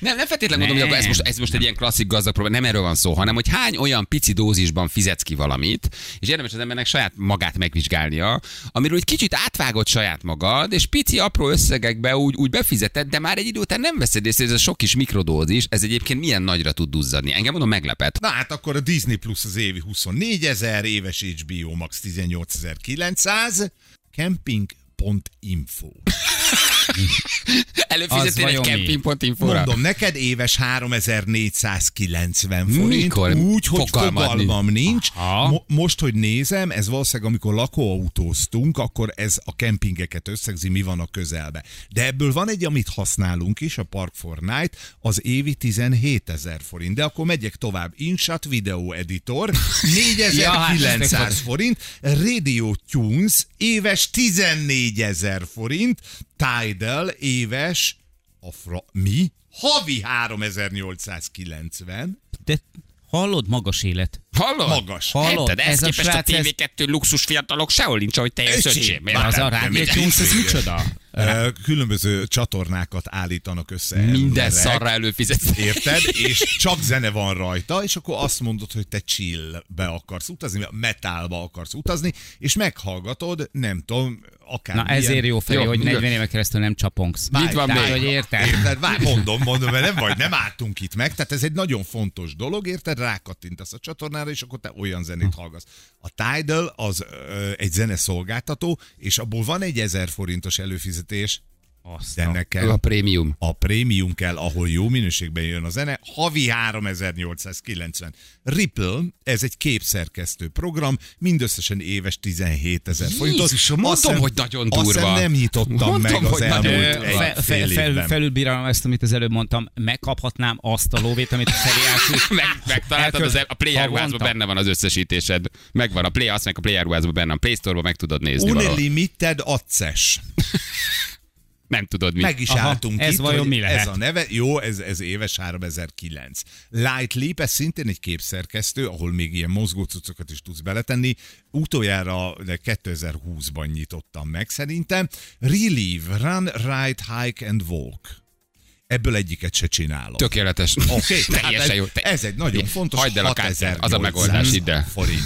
Speaker 2: Nem, nem feltétlenül mondom, hogy
Speaker 3: Nem.
Speaker 2: akkor ez most, ez most egy ilyen klasszik gazdag probléma, nem erről van szó, hanem hogy hány olyan pici dózisban fizetsz ki valamit, és érdemes az embernek saját magát megvizsgálnia, amiről egy kicsit átvágod saját magad, és pici apró összegekbe úgy, úgy befizeted, de már egy idő után nem veszed észre, ez a sok kis mikrodózis, ez egyébként milyen nagyra tud duzzadni. Engem mondom, meglepet.
Speaker 9: Na hát akkor a Disney Plus az évi 24 ezer, éves HBO Max 18900, camping.info.
Speaker 3: Az
Speaker 2: Előfizetnél egy
Speaker 3: vajon mi?
Speaker 2: camping.info-ra.
Speaker 9: Mondom, neked éves 3490 forint,
Speaker 2: Mikor?
Speaker 9: úgy, hogy
Speaker 2: Fogalmad
Speaker 9: fogalmam nincs.
Speaker 2: Aha.
Speaker 9: Mo- most, hogy nézem, ez valószínűleg amikor lakóautóztunk, akkor ez a kempingeket összegzi, mi van a közelbe. De ebből van egy, amit használunk is, a Park for Night, az évi 17 ezer forint. De akkor megyek tovább. InShot Video Editor, 4900
Speaker 3: Ja, hát,
Speaker 9: forint, Radio Tunes éves 14 ezer forint, Tidal éves, a fra, mi? Havi 3890,
Speaker 6: De hallod, magas élet.
Speaker 2: Hallod?
Speaker 9: Magas.
Speaker 6: Hallod?
Speaker 2: Hallod? Ez, ez
Speaker 6: Ez a
Speaker 2: képest a,
Speaker 6: srác, ez-
Speaker 2: TV2 luxus fiatalok sehol nincs, ahogy te jössz,
Speaker 9: Öcsém,
Speaker 2: öcsém.
Speaker 9: már
Speaker 2: Az
Speaker 9: nem
Speaker 2: a
Speaker 9: tudom,
Speaker 2: rádió.
Speaker 9: mit-
Speaker 3: Tunes, ez micsoda?
Speaker 9: Ö, különböző csatornákat állítanak össze.
Speaker 2: Minden
Speaker 9: emberek,
Speaker 2: szarra előfizetsz.
Speaker 9: Érted? És csak zene van rajta, és akkor azt mondod, hogy te chillbe akarsz utazni, metálba akarsz utazni, és meghallgatod, nem tudom, akár
Speaker 3: Na
Speaker 4: Hát
Speaker 3: ezért jó felé,
Speaker 2: Jó,
Speaker 3: hogy
Speaker 2: igen.
Speaker 3: 40 éve keresztül nem csapongsz.
Speaker 2: Mit van
Speaker 3: Tehát,
Speaker 2: még?
Speaker 3: hogy érted?
Speaker 9: Érted? Vár, mondom, mondom, mert nem vagy, nem álltunk itt meg. Tehát ez egy nagyon fontos dolog, érted? Rákattintasz a csatornára, és akkor te olyan zenét hallgasz. A Tidal az ö, egy zeneszolgáltató, és abból van egy ezer forintos előfizetés,
Speaker 3: Azt
Speaker 9: de
Speaker 3: a-
Speaker 9: nekem
Speaker 2: A prémium.
Speaker 9: a prémium kell, ahol jó minőségben jön a zene, havi 3890. Ripple, ez egy képszerkesztő program, mindösszesen éves 17 ezer forintot.
Speaker 2: Jézusom, mondom,
Speaker 9: Azt hiszem-
Speaker 2: hogy nagyon
Speaker 9: azt hiszem
Speaker 2: durva.
Speaker 9: nem nyitottam
Speaker 2: Mondom,
Speaker 9: meg az
Speaker 2: hogy nagyon
Speaker 9: elmúlt
Speaker 2: durva.
Speaker 9: egy
Speaker 2: Fe-
Speaker 3: fe,
Speaker 9: fél
Speaker 3: fel, fel,
Speaker 9: évben.
Speaker 3: felülbírálom ezt, amit az előbb mondtam, megkaphatnám azt a lóvét, amit a Feri elküld.
Speaker 2: Meg, megtaláltad, az, a Play
Speaker 3: Havonta.
Speaker 2: ruházban benne van az összesítésed. Megvan a Play, azt meg a Play ruházban benne van. Play Store-ban meg tudod nézni valahol.
Speaker 9: Unlimited Access.
Speaker 2: Nem tudod mi.
Speaker 9: Meg is
Speaker 3: Aha,
Speaker 9: álltunk
Speaker 3: ez
Speaker 9: itt,
Speaker 3: vajon
Speaker 9: hogy
Speaker 3: mi lehet?
Speaker 9: Ez a neve, jó, ez, ez éves 3009. Light Leap, ez szintén egy képszerkesztő, ahol még ilyen mozgócucokat is tudsz beletenni. Utoljára de 2020-ban nyitottam meg szerintem. Relieve, Run, Ride, Hike and Walk. Ebből egyiket se csinálom.
Speaker 2: Tökéletes.
Speaker 9: Oké, tehát
Speaker 2: teljesen
Speaker 9: ez,
Speaker 2: jó. Te-
Speaker 9: ez egy nagyon fontos
Speaker 2: Hagyd el a kártyát, az a megoldás
Speaker 9: 6800
Speaker 2: ide.
Speaker 9: Forint.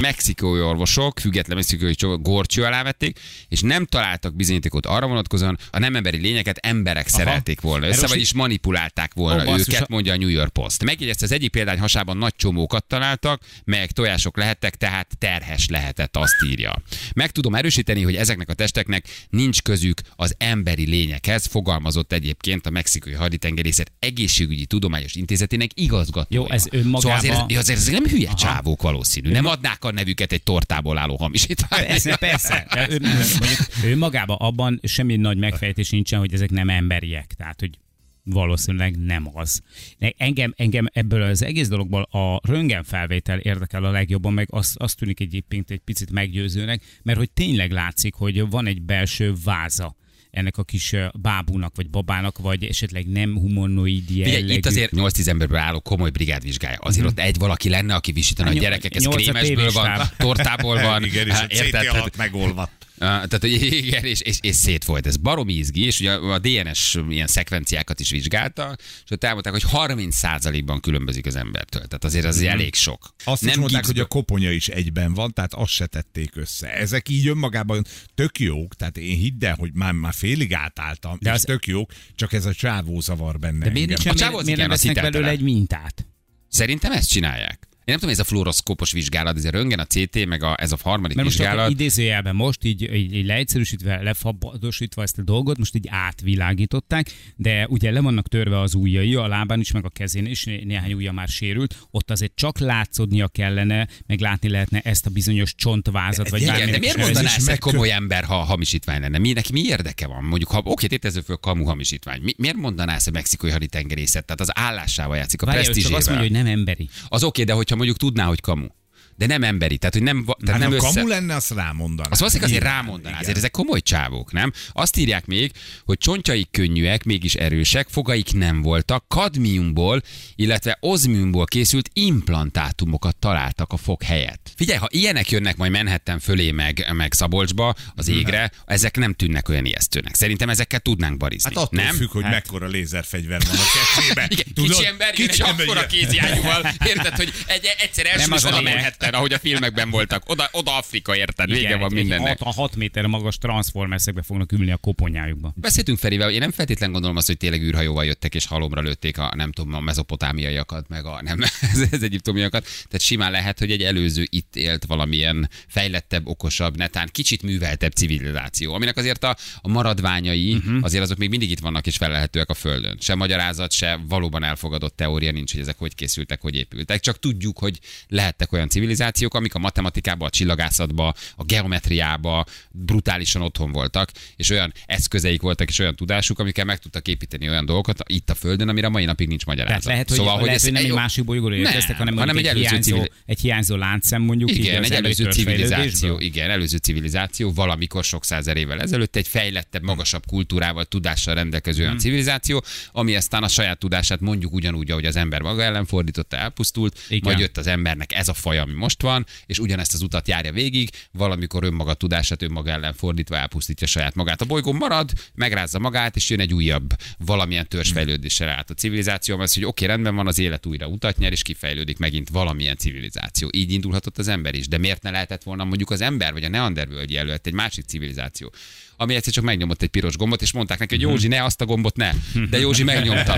Speaker 2: mexikói orvosok független mexikói csoport gorcső alá vették, és nem találtak bizonyítékot arra vonatkozóan, a nem emberi lényeket emberek Aha. szerelték volna össze,
Speaker 3: Erről
Speaker 2: vagyis manipulálták volna
Speaker 3: Ó,
Speaker 2: oh,
Speaker 3: basszus,
Speaker 2: őket,
Speaker 3: a-
Speaker 2: mondja a New York Post. Megjegyezte, az egyik példány hasában nagy csomókat találtak, melyek tojások lehettek, tehát terhes lehetett, azt írja. Meg tudom erősíteni, hogy ezeknek a testeknek nincs közük az emberi lényekhez, fogalmazott egyébként a Mexikai Haditengerészet Egészségügyi Tudományos Intézetének igazgatója.
Speaker 3: Jó, ez önmagában-
Speaker 2: Szóval azért, ez- azért ezek nem hülye csávók valószínű. Nem adnák a nevüket egy tortából álló
Speaker 3: Persze,
Speaker 2: hamisítványnak.
Speaker 3: persze. De Ő, mondjuk, ő magába abban semmi nagy megfejtés nincsen, hogy ezek nem emberiek. Tehát, hogy valószínűleg nem az. Ne- Engem, engem ebből az egész dologból a röntgen felvétel érdekel a legjobban, meg azt az tűnik egyébként egy picit meggyőzőnek, mert hogy tényleg látszik, hogy van egy belső váza ennek a kis ö, bábúnak, vagy babának, vagy esetleg nem humanoid jellegű.
Speaker 2: Figyelj, itt azért 8-10 emberből álló komoly brigád vizsgálja. Azért ott egy valaki lenne, aki visítene a
Speaker 3: Nyol-
Speaker 2: gyerekek, ez
Speaker 3: nyolc a
Speaker 2: krémesből van,
Speaker 3: tévéstáb.
Speaker 2: tortából van. Hát,
Speaker 9: Igen, és a
Speaker 2: érted? Tehát-
Speaker 9: CT6 megolvadt.
Speaker 2: Ah, Tehát, hogy igen, és, és, és szétfolyt. Ez baromi izgi, és ugye a DNS ilyen szekvenciákat is vizsgáltak, és ott elmondták, hogy 30%-ban különbözik az embertől. Tehát azért az elég sok.
Speaker 9: Azt nem is mondták,
Speaker 2: gipszből-
Speaker 9: hogy a koponya is egyben van, tehát azt se tették össze. Ezek így önmagában tök jók, tehát én hidd el, hogy már, már félig átálltam, de
Speaker 3: De
Speaker 9: és az...
Speaker 3: az-
Speaker 9: tök jók, csak ez a csávó zavar benne
Speaker 3: De miért,
Speaker 9: engem.
Speaker 3: nincsen,
Speaker 2: A csávó
Speaker 3: miért,
Speaker 2: az
Speaker 3: miért nem
Speaker 2: igen, az
Speaker 3: vesznek
Speaker 2: hiteltelen.
Speaker 3: belőle egy mintát?
Speaker 2: Szerintem ezt csinálják. Én nem tudom, ez a fluoroszkópos vizsgálat, ez a röntgen, a CT, meg a, ez a harmadik
Speaker 3: Mert most
Speaker 2: vizsgálat.
Speaker 3: akkor idézőjelben most így, így, így leegyszerűsítve, lefabadosítva ezt a dolgot, most így átvilágították, de ugye le vannak törve az ujjai, a lábán is, meg a kezén is, né- néhány ujja már sérült, ott azért csak látszódnia kellene, meg látni lehetne ezt a bizonyos csontvázat, vagy
Speaker 2: Igen, de
Speaker 3: bárminek
Speaker 2: miért
Speaker 3: is nevezik.
Speaker 2: mondaná ezt egy
Speaker 9: megkö-
Speaker 2: komoly ember, ha hamisítvány lenne? Mi, neki mi érdeke van? Mondjuk, ha oké, tétező föl kamu hamisítvány. Mi, miért mondaná ezt a mexikai haditengerészet? Tehát az állásával játszik, a
Speaker 3: Várjál, ő csak azt mondja,
Speaker 2: presztízsével.
Speaker 3: hogy nem emberi.
Speaker 2: Az oké, de hogyha mondjuk tudná, hogy kamu. De nem emberi, tehát hogy nem, va- tehát
Speaker 9: Hát
Speaker 2: nem
Speaker 9: nem ha
Speaker 2: össze...
Speaker 9: kamu lenne, azt rámondanám.
Speaker 2: Azt valószínűleg azért
Speaker 9: Nyilván,
Speaker 2: rámondaná,
Speaker 9: igen.
Speaker 2: azért ezek komoly csávók, nem? Azt írják még, hogy csontjaik könnyűek, mégis erősek, fogaik nem voltak, kadmiumból, illetve ozmiumból készült implantátumokat találtak a fog helyett. Figyelj, ha ilyenek jönnek majd Manhattan fölé, meg, meg Szabolcsba, az égre, ezek nem tűnnek olyan ijesztőnek. Szerintem ezekkel tudnánk barizni.
Speaker 9: Hát attól
Speaker 2: nem?
Speaker 9: nem? függ, hogy hát. mekkora lézerfegyver van a kezébe.
Speaker 2: Igen, kicsi ember, kicsi jön egy akkora kézjárjúval, érted, hogy egy, egyszer első
Speaker 3: Nem
Speaker 2: is
Speaker 3: az a
Speaker 2: oda
Speaker 3: lényeg.
Speaker 2: mehetten, ahogy a filmekben voltak. Oda, oda Afrika, érted, vége van mindennek.
Speaker 3: A 6 méter magas transformerszekbe fognak ülni a koponyájukba.
Speaker 2: Beszéltünk Ferivel, hogy én nem feltétlen gondolom azt, hogy tényleg űrhajóval jöttek és halomra lőtték a, nem tudom, a mezopotámiaiakat, meg a nem, az, az egyiptomiakat. Tehát simán lehet, hogy egy előző itt élt valamilyen fejlettebb, okosabb, netán kicsit műveltebb civilizáció, aminek azért a, a maradványai, uh-huh. azért azok még mindig itt vannak és felelhetőek a Földön. Se magyarázat, se valóban elfogadott teória nincs, hogy ezek hogy készültek, hogy épültek. Csak tudjuk, hogy lehettek olyan civilizációk, amik a matematikába, a csillagászatba, a geometriába brutálisan otthon voltak, és olyan eszközeik voltak, és olyan tudásuk, amikkel meg tudtak építeni olyan dolgokat itt a Földön, amire a mai napig nincs
Speaker 3: Tehát
Speaker 2: magyarázat.
Speaker 3: lehet, hogy, szóval, lehet,
Speaker 2: ez
Speaker 3: hogy nem egy
Speaker 2: jó-
Speaker 3: másik bolygóra
Speaker 2: Nem,
Speaker 3: érkeztek, hanem, hanem egy,
Speaker 2: előző
Speaker 3: hiányzó,
Speaker 2: civili-
Speaker 3: egy hiányzó láncszem mondjuk. így
Speaker 2: igen,
Speaker 3: az
Speaker 2: egy előző
Speaker 3: előtört
Speaker 2: civilizáció,
Speaker 3: fejlődésből.
Speaker 2: igen, előző civilizáció, valamikor sok százer évvel ezelőtt egy fejlettebb, magasabb kultúrával, tudással rendelkező
Speaker 3: Hmm.
Speaker 2: olyan civilizáció, ami aztán a saját tudását mondjuk ugyanúgy, ahogy az ember maga ellen fordította, elpusztult,
Speaker 3: Igen.
Speaker 2: majd jött az embernek ez a faj, ami most van, és ugyanezt az utat járja végig, valamikor önmaga tudását önmaga ellen fordítva elpusztítja saját magát. A bolygón marad, megrázza magát, és jön egy újabb, valamilyen törzsfejlődésre át a civilizáció, az, hogy oké, rendben van, az élet újra utat nyer, és kifejlődik megint valamilyen civilizáció. Így indulhatott az ember is. De miért ne lehetett volna mondjuk az ember, vagy a neandervölgyi előtt egy másik civilizáció? ami egyszer csak megnyomott egy piros gombot, és mondták neki, hogy Józsi, ne azt a gombot ne. De Józsi megnyomta.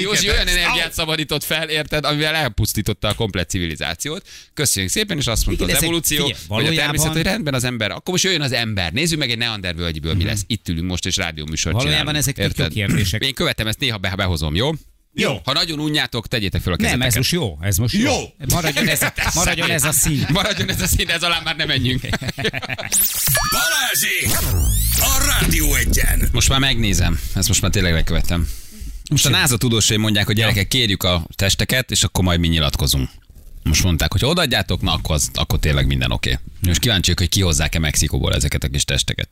Speaker 2: Józsi olyan energiát szabadított fel, érted, amivel elpusztította a komplet civilizációt. Köszönjük szépen, és azt mondta
Speaker 3: Igen,
Speaker 2: az
Speaker 3: ezek-
Speaker 2: evolúció,
Speaker 3: figyelj,
Speaker 2: hogy a természet,
Speaker 3: valójában-
Speaker 2: hogy rendben az ember, akkor most jöjjön az ember. Nézzük meg egy neandervölgyből, mi lesz. Itt ülünk most, és rádióműsort
Speaker 3: Mhm. Valójában
Speaker 2: csinálunk,
Speaker 3: ezek tök jó
Speaker 2: érted?
Speaker 3: kérdések.
Speaker 2: Én követem ezt, néha be- behozom, jó?
Speaker 9: Jó.
Speaker 2: Ha nagyon unjátok, tegyétek fel a
Speaker 3: Nem,
Speaker 2: kezeteket.
Speaker 3: ez most jó, ez most jó.
Speaker 9: Jó.
Speaker 3: Maradjon, ez, a- maradjon ez a szín.
Speaker 2: Maradjon ez a szín, de ez alá már nem menjünk.
Speaker 1: Balázsék! A Rádió Egyen!
Speaker 2: Most már megnézem, ezt most már tényleg lekövetem. Most a NASA tudósai mondják, hogy gyerekek, kérjük a testeket, és akkor majd mi nyilatkozunk. Most mondták, hogy ha odaadjátok, na akkor, az, akkor tényleg minden oké. Okay. Most kíváncsiak, hogy kihozzák-e Mexikóból ezeket a kis testeket.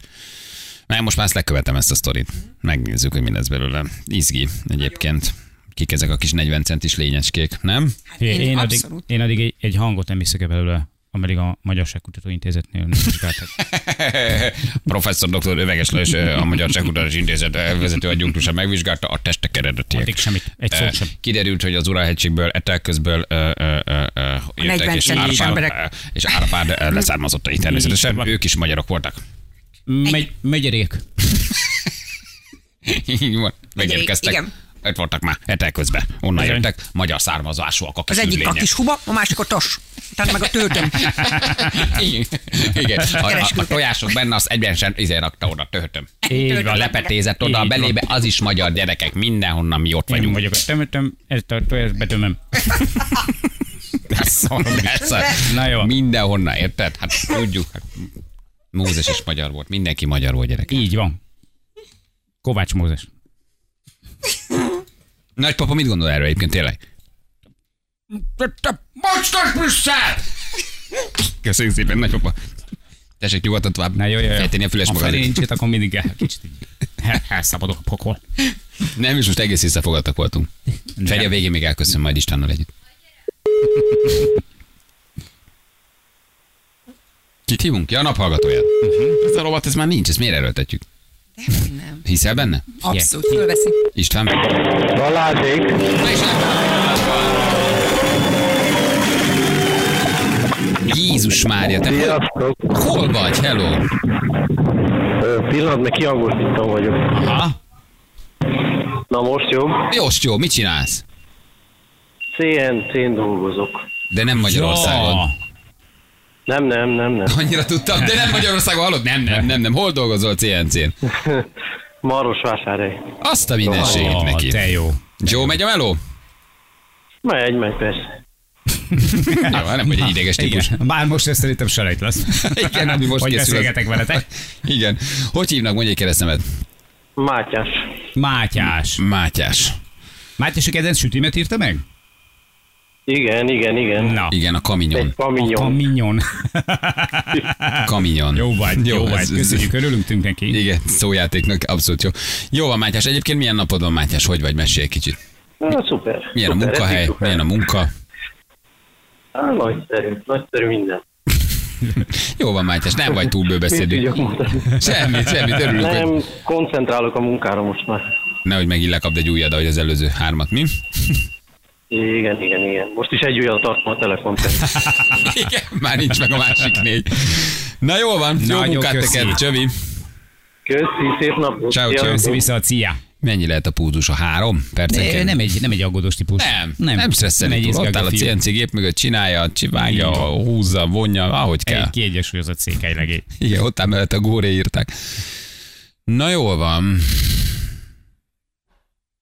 Speaker 2: Mert most már ezt lekövetem ezt a sztorit. Megnézzük, hogy mi lesz belőle. Izgi egyébként. Kik ezek a kis 40 centis lényecskék, nem?
Speaker 3: Én, én, addig, én addig egy, egy hangot nem hiszek el belőle, ameddig a Magyarság Kutatóintézetnél nem vizsgálták.
Speaker 2: Professzor dr. Öveges Lajos, ö, a Magyar Szekutáris Intézet ö, vezető adjunktusa megvizsgálta a testek eredetiek.
Speaker 3: Addig semmit, egy
Speaker 2: Ö,
Speaker 3: szót sem.
Speaker 2: Kiderült, hogy az uralhegységből, etelközből ö, ö, ö, ö, jöttek,
Speaker 7: 40
Speaker 2: és
Speaker 7: centis
Speaker 2: Árpád,
Speaker 7: emberek.
Speaker 2: ö, és Árpád ö, leszármazottai természetesen.
Speaker 3: Így.
Speaker 2: Ők is magyarok voltak.
Speaker 3: Megy, megyerék.
Speaker 2: Így van.
Speaker 10: igen.
Speaker 2: Megérkeztek. Ott voltak már hetek közben. Onnan
Speaker 3: Bizony.
Speaker 2: jöttek. Magyar származásúak a kis
Speaker 10: Az egyik a
Speaker 2: hüllények.
Speaker 10: kis huba, a másik a tas. Tehát meg a töltöm.
Speaker 2: Igen. Igen. A, a, a
Speaker 10: Kereskedőket.
Speaker 2: tojások benne, azt egyben sem izé rakta oda, töhötöm.
Speaker 3: Így
Speaker 2: A
Speaker 3: van.
Speaker 2: lepetézett oda a
Speaker 3: Így van.
Speaker 2: belébe, az is magyar gyerekek, mindenhonnan mi ott
Speaker 3: Én
Speaker 2: vagyunk.
Speaker 3: vagyok a tömötöm, ezt a tojást betömöm.
Speaker 2: Szóval Persze.
Speaker 3: Na jó.
Speaker 2: Mindenhonnan, érted? Hát tudjuk. Hát, Mózes is magyar volt, mindenki magyar volt gyerek.
Speaker 3: Így van. Kovács Mózes.
Speaker 2: Nagypapa mit gondol erről egyébként tényleg?
Speaker 6: Mocskos Brüsszel!
Speaker 2: Köszönjük szépen, nagypapa. Tessék nyugodtan tovább
Speaker 3: Na jó, jó, jó.
Speaker 2: fejteni a füles
Speaker 3: ha
Speaker 2: magad.
Speaker 3: felé nincs itt, akkor mindig el, kicsit így el- elszabadok a pokol.
Speaker 2: Nem, és most egész visszafogadtak voltunk. Feri a végén még elköszön majd Istennel együtt. Kit hívunk? Ja, a naphallgatóját.
Speaker 3: Mhm.
Speaker 2: Ez a robot, ez már nincs, ezt miért erőltetjük?
Speaker 10: nem.
Speaker 2: Hiszel benne?
Speaker 10: Abszolút, fölveszi.
Speaker 2: István? Balázsék. Jézus Mária, te hol, hol vagy? Hello.
Speaker 8: Pillanat, meg kiangosítom vagyok.
Speaker 2: Aha.
Speaker 8: Na most jó.
Speaker 2: Most jó, mit csinálsz?
Speaker 8: CNC-n dolgozok.
Speaker 2: De nem Magyarországon.
Speaker 3: Ja.
Speaker 8: Nem, nem, nem, nem.
Speaker 2: Annyira tudtam, de nem Magyarországon hallod? Nem, nem, nem, nem. Hol dolgozol CNC-n?
Speaker 8: Marosvásárhely.
Speaker 2: Azt a mindenségét
Speaker 3: Ah,
Speaker 2: neki.
Speaker 3: Te jó.
Speaker 2: Joe megy a meló?
Speaker 8: Megy, megy, persze.
Speaker 2: Jó, hát nem vagy egy ideges típus.
Speaker 3: Igen. Bár most ez szerintem selejt lesz.
Speaker 2: Igen, ami most
Speaker 3: Hogy
Speaker 2: készül az-
Speaker 3: beszélgetek veletek.
Speaker 2: Igen. Hogy hívnak, mondj egy keresztnemet?
Speaker 8: Mátyás.
Speaker 3: Mátyás.
Speaker 2: Mátyás.
Speaker 3: Mátyás a kedvenc sütimet írta meg?
Speaker 8: Igen, igen, igen.
Speaker 3: Na.
Speaker 2: Igen, a kaminyon.
Speaker 8: Egy kaminyon.
Speaker 3: Kaminyon.
Speaker 2: Kaminyon.
Speaker 3: Jó vagy, jó,
Speaker 2: Jó,
Speaker 3: jó
Speaker 2: ez-
Speaker 3: vagy.
Speaker 2: ez-
Speaker 3: Köszönjük, örülünk tünk neki.
Speaker 2: Igen, szójátéknak abszolút jó. Jó van, Mátyás. Egyébként milyen napod van, Mátyás? Hogy vagy? Mesélj egy kicsit.
Speaker 8: Na, szuper.
Speaker 2: Milyen a
Speaker 8: szuper,
Speaker 2: munkahely?
Speaker 8: eddig szuper.
Speaker 2: Milyen a munka?
Speaker 8: Á, nagyszerű, nagyszerű minden.
Speaker 2: Jó van, Mátyás. Nem vagy túl
Speaker 8: Mit
Speaker 2: bőbeszédű.
Speaker 8: tudjak mondani?
Speaker 2: Semmit, semmit. Örülünk, hogy
Speaker 8: Nem, koncentrálok a munkára most már.
Speaker 2: nehogy megint lekapd egy ujjad, ahogy az előző hármat, mi?
Speaker 8: Igen, igen, igen. Most is egy olyan tartom a telefon szerint.
Speaker 2: Igen, már nincs meg a másik négy. Na jó van, jó
Speaker 3: Nagyon
Speaker 2: munkát
Speaker 3: köszi.
Speaker 2: neked, Csövi.
Speaker 8: Köszi, szép napot.
Speaker 2: Ciao,
Speaker 8: Sziasztok.
Speaker 2: ciao.
Speaker 3: Köszi vissza a cia.
Speaker 2: Mennyi lehet a púzus? A három
Speaker 3: Ne,
Speaker 2: percenként?
Speaker 3: nem egy, nem egy aggódós típus.
Speaker 2: Nem, nem, nem
Speaker 3: Nem egy
Speaker 2: stresszeli túl. Ott
Speaker 3: izgagya
Speaker 2: áll a
Speaker 3: fiú.
Speaker 2: CNC gép mögött, csinálja, csivágja, húzza, vonja, ahogy kell.
Speaker 3: Egy kiegyensúlyozott székelylegény.
Speaker 2: Igen, ott áll mellett a góré írták. Na jól van.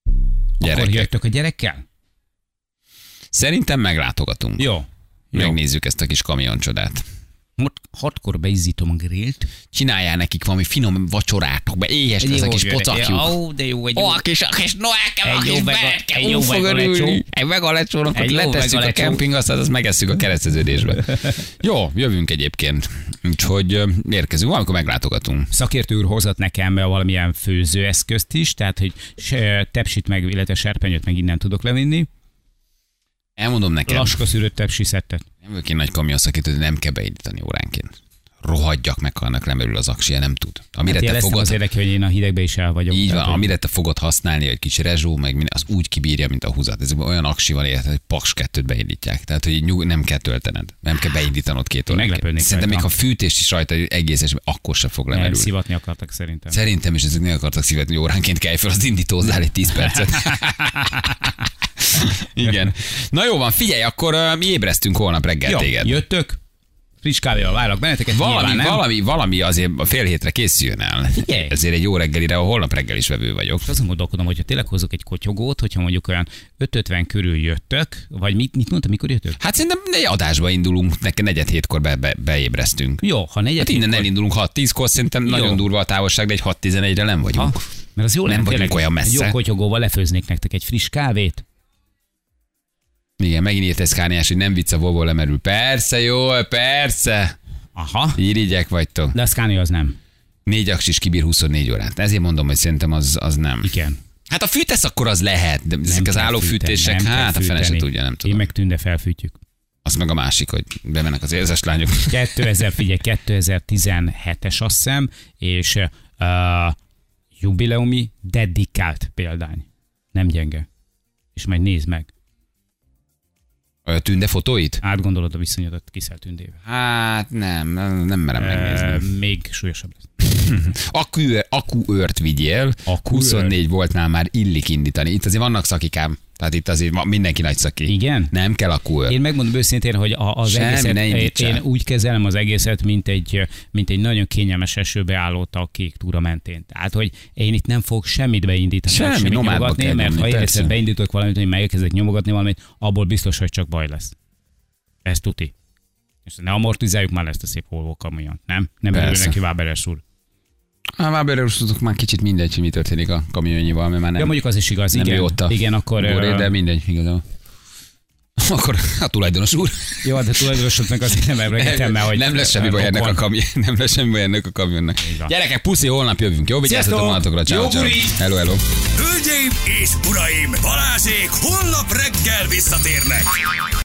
Speaker 3: Akkor
Speaker 2: Gyerekek,
Speaker 3: jöttök a gyerekkel?
Speaker 2: szerintem meglátogatunk.
Speaker 3: Jó.
Speaker 2: Megnézzük ezt a kis kamioncsodát.
Speaker 3: Most hatkor beizzítom a grillt.
Speaker 2: Csináljál nekik valami finom vacsorát, be éhes lesz a kis
Speaker 3: jön-
Speaker 2: pocakjuk.
Speaker 3: Ó, de jó, egy jó.
Speaker 6: Ó, a kis, a kis Noelkem, a
Speaker 3: Egy jó
Speaker 6: kis
Speaker 3: vega-
Speaker 6: Bertke,
Speaker 3: egy
Speaker 6: ú,
Speaker 3: jó
Speaker 6: fog
Speaker 3: vega
Speaker 6: örülni.
Speaker 3: lecsó.
Speaker 2: Egy megalecsónak,
Speaker 3: Egy
Speaker 2: hogy
Speaker 3: jó
Speaker 2: letesszük a
Speaker 3: megalecsó.
Speaker 2: kemping, aztán azt megesszük a kereszteződésbe. Jó, jövünk egyébként. Úgyhogy ö, érkezünk, valamikor meglátogatunk.
Speaker 3: Szakértő úr hozott nekem valamilyen főzőeszközt is, tehát hogy se- tepsit meg, illetve serpenyőt meg innen tudok levinni.
Speaker 2: Elmondom neked.
Speaker 3: Laska szűrött tepsi szettet.
Speaker 2: Nem vagyok én nagy kamionszakítő, de nem kell beindítani óránként. Rohadjak meg, ha annak lemerül az aksia, nem tud. Amire
Speaker 3: Hát
Speaker 2: te
Speaker 3: jeleztem
Speaker 2: fogod,
Speaker 3: az érdeke, hogy én a hidegbe is el vagyok.
Speaker 2: így van,
Speaker 3: Tehát, hogy-
Speaker 2: amire te fogod használni, egy kis rezsó, meg minden, az úgy kibírja, mint a húzat. Ez olyan aksival élet, hogy paks kettőt beindítják. Tehát, hogy nyug, nem kell töltened, nem kell beindítanod két órát.
Speaker 3: Meglepődnék
Speaker 2: Szerintem még
Speaker 3: rajta.
Speaker 2: ha fűtést is rajta egész, és akkor sem fog
Speaker 3: Nem,
Speaker 2: lemerülni.
Speaker 3: szivatni akartak szerintem.
Speaker 2: Szerintem is ezek nem akartak szívetni, hogy óránként kell fel, az indítózzál egy 10 percet. Igen. Na jó van, figyelj, akkor ö, mi ébresztünk holnap reggel
Speaker 3: Jó,
Speaker 2: téged.
Speaker 3: jöttök? Friss kávéval várlak benneteket.
Speaker 2: Valami,
Speaker 3: nyilván nem.
Speaker 2: valami, valami azért a fél hétre készüljön el.
Speaker 3: Figyelj.
Speaker 2: Ezért egy jó reggelire, ahol holnap reggel is vevő vagyok.
Speaker 3: És azon gondolkodom, hogyha tényleg hozok egy kotyogót, hogyha mondjuk olyan 5-50 körül jöttök, vagy mit, mit mondtam, mikor jöttök?
Speaker 2: Hát szerintem egy adásba indulunk, nekem negyed hétkor be, be, beébresztünk.
Speaker 3: Jó, ha negyed
Speaker 2: Hát innen
Speaker 3: hétkor-
Speaker 2: elindulunk 6-10-kor, szerintem nagyon durva a távolság, de egy 6-11-re nem
Speaker 3: Ha?
Speaker 2: vagyunk.
Speaker 3: Mert az jó
Speaker 2: Nem
Speaker 3: lenne,
Speaker 2: vagyunk
Speaker 3: tényleg,
Speaker 2: olyan messze.
Speaker 3: Egy jó kotyogóval lefőznék nektek egy friss kávét.
Speaker 2: Igen, megint írt Eszkániás, hogy nem vicc a Volvo lemerül. Persze, jó, persze.
Speaker 3: Aha.
Speaker 2: Irigyek vagytok.
Speaker 3: De a Scania az nem.
Speaker 2: Négy aksis kibír 24 órát. Ezért mondom, hogy szerintem az, az nem.
Speaker 3: Igen.
Speaker 2: Hát a fűtesz akkor az lehet, de ezek az
Speaker 3: kell
Speaker 2: állófűtések,
Speaker 3: fűteni, nem
Speaker 2: hát a
Speaker 3: kell
Speaker 2: fene se
Speaker 3: fűteni.
Speaker 2: tudja, nem
Speaker 3: Én
Speaker 2: tudom.
Speaker 3: meg tünde felfűtjük.
Speaker 2: Az meg a másik, hogy bemennek az érzes lányok.
Speaker 3: 2000, figyelj, 2017-es azt hiszem, és uh, jubileumi dedikált példány. Nem gyenge. És majd nézd meg.
Speaker 2: Ö, Tünde fotóit?
Speaker 3: Átgondolod a viszonyodat kiszel tündével.
Speaker 2: Hát nem, nem nem merem megnézni.
Speaker 3: Uh, még súlyosabb lesz.
Speaker 2: Akü, akuőrt vigyél,
Speaker 3: Akúőr.
Speaker 2: 24 voltnál már illik indítani. Itt azért vannak szakikám, tehát itt azért ma- mindenki nagy szaki.
Speaker 3: Igen?
Speaker 2: Nem kell akuőr.
Speaker 3: Én megmondom őszintén, hogy a- az
Speaker 2: Semmi,
Speaker 3: egészet,
Speaker 2: ne indítsa.
Speaker 3: én úgy kezelem az egészet, mint egy, mint egy nagyon kényelmes esőbe állóta a kék túra mentén. Tehát, hogy én itt nem fogok semmit beindítani,
Speaker 2: Semmi,
Speaker 3: semmit
Speaker 2: nomádba
Speaker 3: nyomogatni,
Speaker 2: kell
Speaker 3: mert
Speaker 2: nyomni,
Speaker 3: ha én
Speaker 2: persze.
Speaker 3: egyszer beindítok valamit, hogy megkezdek nyomogatni valamit, abból biztos, hogy csak baj lesz. Ez tuti. És ne amortizáljuk már ezt a szép Volvo kamion, nem? Nem
Speaker 2: Persze.
Speaker 3: örül neki Váberes úr.
Speaker 2: Á, Már berőszültök már kicsit mindegy, hogy mi történik a kamionjival, mert már nem.
Speaker 3: De mondjuk az is igaz,
Speaker 2: nem
Speaker 3: igen.
Speaker 2: jó ott a
Speaker 3: igen, akkor...
Speaker 2: góré,
Speaker 3: ö,
Speaker 2: de mindegy, igazából. Akkor a tulajdonos úr.
Speaker 3: Jó, de tulajdonosoknak azért nem emlegetem, mert hogy...
Speaker 2: nem lesz semmi baj ennek a, kamion, nem lesz semmi baj ennek a kamionnak.
Speaker 3: van.
Speaker 2: Gyerekek, puszi, holnap jövünk. Jó, vigyázzatok
Speaker 3: Sziasztok!
Speaker 2: magatokra. Ciao,
Speaker 3: Jó
Speaker 2: ciao.
Speaker 3: buli!
Speaker 2: Hello, hello.
Speaker 1: Hölgyeim és uraim, Balázsék holnap reggel visszatérnek.